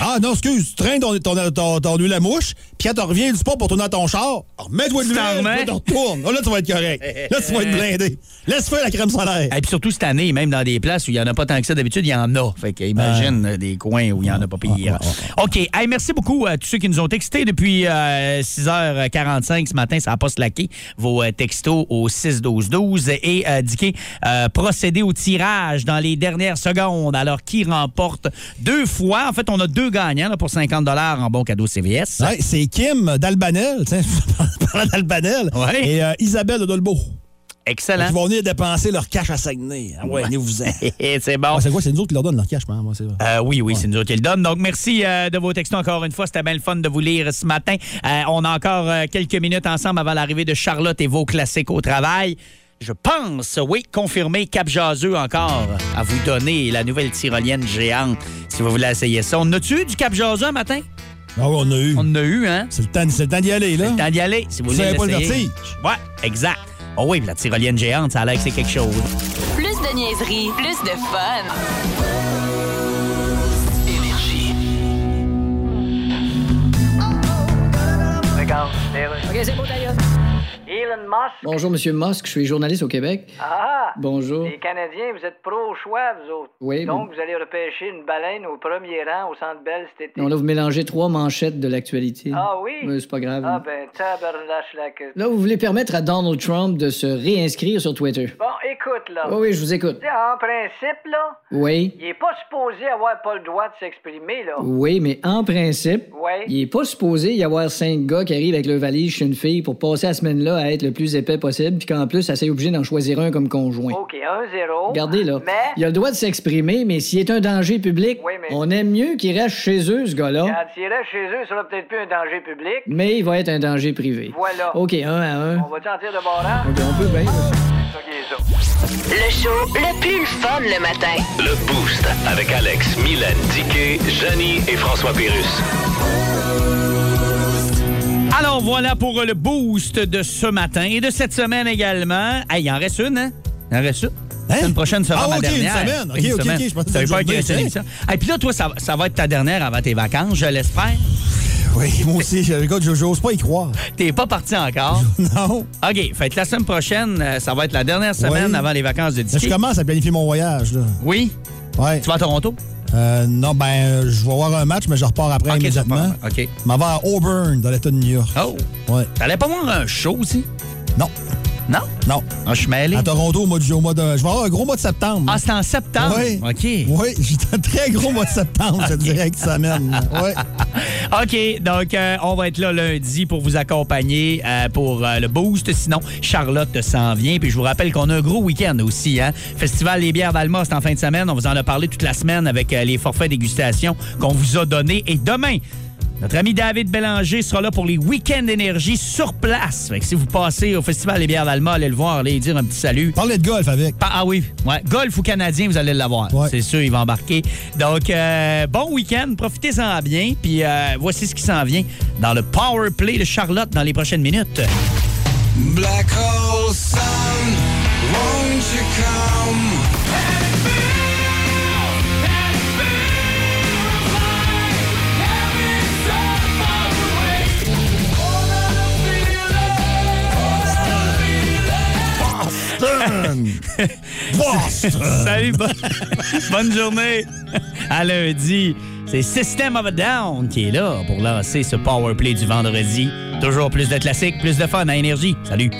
Speaker 3: Ah non, excuse, tu traînes ton, ton, ton, ton huile à mouche, puis quand tu reviens du pont pour tourner à ton char, Ah, remets-toi de l'huile,
Speaker 2: T'en remets?
Speaker 3: là, tu retournes. Ah, Là, tu vas être correct. Là, tu vas être blindé. Laisse faire la crème solaire.
Speaker 2: Et puis surtout cette année, même dans des places où il n'y en a pas tant que ça d'habitude, il y en a. Fait que imagine euh, des coins où il n'y en a pas pire. OK. Hey, merci beaucoup à tous ceux qui nous ont texté depuis euh, 6h45 ce matin. Ça n'a pas slacké. Vos euh, textos au 6-12-12. Et euh, Dicky, euh, procéder au tirage dans les dernières secondes. Alors, qui remporte deux fois? En fait, on a deux gagnants là, pour 50 en bon cadeau CVS.
Speaker 3: Ouais, c'est Kim d'Albanel, tiens, parlant d'Albanel,
Speaker 2: Ouais. Hein?
Speaker 3: et euh, Isabelle de Dolbeau,
Speaker 2: Excellent.
Speaker 3: qui vont venir dépenser leur cash à Saguenay. Ah ouais, venez-vous-en.
Speaker 2: C'est bon.
Speaker 3: Ah, c'est quoi? C'est nous autres qui leur donnent leur cash, man, moi, c'est vrai.
Speaker 2: Euh, oui, oui, c'est nous autres qui le donnent. Donc, merci euh, de vos textos encore une fois. C'était bien le fun de vous lire ce matin. Euh, on a encore euh, quelques minutes ensemble avant l'arrivée de Charlotte et vos classiques au travail. Je pense, oui, confirmé Cap Jaseux encore à vous donner la nouvelle tyrolienne géante si vous voulez essayer ça. On a-tu eu du Cap Jaseux un matin?
Speaker 3: Ah ouais, on a eu.
Speaker 2: On en a eu, hein?
Speaker 3: C'est le temps, c'est le temps d'y aller, là.
Speaker 2: Temps d'y aller si vous
Speaker 3: Hein? Vous
Speaker 2: voulez
Speaker 3: avez pas le
Speaker 2: l'essayer.
Speaker 3: vertige?
Speaker 2: Ouais, exact. Oh oui, la tyrolienne géante, ça a l'air que c'est quelque chose.
Speaker 5: Plus de niaiserie, plus de fun.
Speaker 7: Bonjour, Monsieur Musk. Je suis journaliste au Québec.
Speaker 10: Ah!
Speaker 7: Bonjour.
Speaker 10: Les Canadiens, vous êtes pro-choix, vous autres.
Speaker 7: Oui,
Speaker 10: Donc,
Speaker 7: mais-
Speaker 10: vous allez repêcher une baleine au premier rang au Centre Bell cet été.
Speaker 7: Non, là, vous mélangez trois manchettes de l'actualité.
Speaker 10: Ah oui?
Speaker 7: Mais c'est pas grave.
Speaker 10: Ah ben, tabarnache la que...
Speaker 7: Là, vous voulez permettre à Donald Trump de se réinscrire sur Twitter.
Speaker 10: Bon, écoute, là.
Speaker 7: Oui, oui, je vous écoute.
Speaker 10: Tu sais, En principe, là,
Speaker 7: Oui.
Speaker 10: il est pas supposé avoir pas le droit de s'exprimer, là.
Speaker 7: Oui, mais en principe,
Speaker 10: Ouais.
Speaker 7: il est pas supposé y avoir cinq gars qui arrivent avec leur valise chez une fille pour passer la semaine-là à être le plus épais possible, puis qu'en plus, ça s'est obligé d'en choisir un comme conjoint.
Speaker 10: OK, 1-0.
Speaker 7: Regardez, là.
Speaker 10: Oh, Mais,
Speaker 7: Il a le droit de s'exprimer, mais s'il est un danger public,
Speaker 10: Oui, mais-
Speaker 7: on aime mieux qu'il reste chez eux, ce gars-là,
Speaker 10: quand il reste chez eux, ça sera peut-être plus un danger public.
Speaker 7: mais il va être un danger privé.
Speaker 10: Voilà.
Speaker 7: OK, un à un.
Speaker 10: On va t'en tirer de bord, hein?
Speaker 7: OK, on peut bien, là.
Speaker 10: C'est ça qui est ça.
Speaker 5: Le show le plus le fun le matin.
Speaker 1: Le Boost avec Alex, Mylène, Diquet, Janie et François Pérus.
Speaker 2: Alors voilà pour euh, le boost de ce matin et de cette semaine également. Hey, il en reste une, hein? Il en reste une. La
Speaker 3: Hein?
Speaker 2: semaine prochaine sera
Speaker 3: Ah,
Speaker 2: ma
Speaker 3: ok, une
Speaker 2: dernière.
Speaker 3: semaine. Ok, ok, ok, je pensais que
Speaker 2: T'avais
Speaker 3: c'était
Speaker 2: peur
Speaker 3: une
Speaker 2: qu'il reste une
Speaker 3: journée.
Speaker 2: émission. Et puis là, toi, ça, ça va être ta dernière avant tes vacances, je l'espère.
Speaker 3: Oui, moi aussi, je- regarde, je- j'ose pas y croire.
Speaker 2: T'es pas parti encore.
Speaker 3: Non.
Speaker 2: OK, fait que la semaine prochaine, euh, ça va être la dernière semaine
Speaker 3: Oui.
Speaker 2: avant les vacances de
Speaker 3: Là, je
Speaker 2: Dicky.
Speaker 3: commence à planifier mon voyage, là.
Speaker 2: Oui?
Speaker 3: Ouais.
Speaker 2: Tu vas à Toronto?
Speaker 3: Euh, non, ben, je vais voir un match, mais je repars après
Speaker 2: OK,
Speaker 3: immédiatement.
Speaker 2: super. OK.
Speaker 3: Je m'en vais à Auburn, dans l'État de New York.
Speaker 2: Oh!
Speaker 3: Ouais.
Speaker 2: T'allais pas voir un show aussi?
Speaker 3: Non,
Speaker 2: Non?
Speaker 3: non.
Speaker 2: Ah, je suis mêlé.
Speaker 3: À Toronto, au mois de, au mois de- je vais avoir un gros mois de septembre.
Speaker 2: Ah, c'est en septembre?
Speaker 3: Oui.
Speaker 2: OK.
Speaker 3: Oui, j'ai un très gros mois de septembre, je te dirais, que ça mène. Ouais.
Speaker 2: OK, donc euh, on va être là lundi pour vous accompagner euh, pour euh, le boost. Sinon, Charlotte s'en vient. Puis je vous rappelle qu'on a un gros week-end aussi. Hein? Festival des bières d'Alma, c'est en fin de semaine. On vous en a parlé toute la semaine avec euh, les forfaits dégustation qu'on vous a donnés. Et demain, notre ami David Bélanger sera là pour les week-ends d'énergie sur place. Fait que si vous passez au Festival des bières d'Alma, allez le voir, allez lui dire un petit salut.
Speaker 3: Parlez de golf avec.
Speaker 2: Pa- Ah oui, ouais. golf ou canadien, vous allez l'avoir.
Speaker 3: Ouais.
Speaker 2: C'est sûr, il va embarquer. Donc, euh, bon week-end, profitez-en bien. Puis euh, voici ce qui s'en vient dans le Power Play de Charlotte dans les prochaines minutes.
Speaker 4: Black hole sun, won't you come?
Speaker 2: Salut, bonne, bonne journée. À lundi, c'est System of a Down qui est là pour lancer ce power play du vendredi. Toujours plus de classiques, plus de fun à énergie. Salut.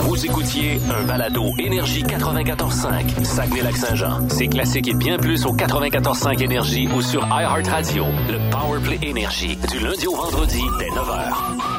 Speaker 1: Vous écoutiez un balado Énergie 94.5, Saguenay-Lac-Saint-Jean. C'est classique et bien plus au 94.5 Énergie ou sur iHeartRadio. Le Powerplay Énergie, du lundi au vendredi, dès 9h.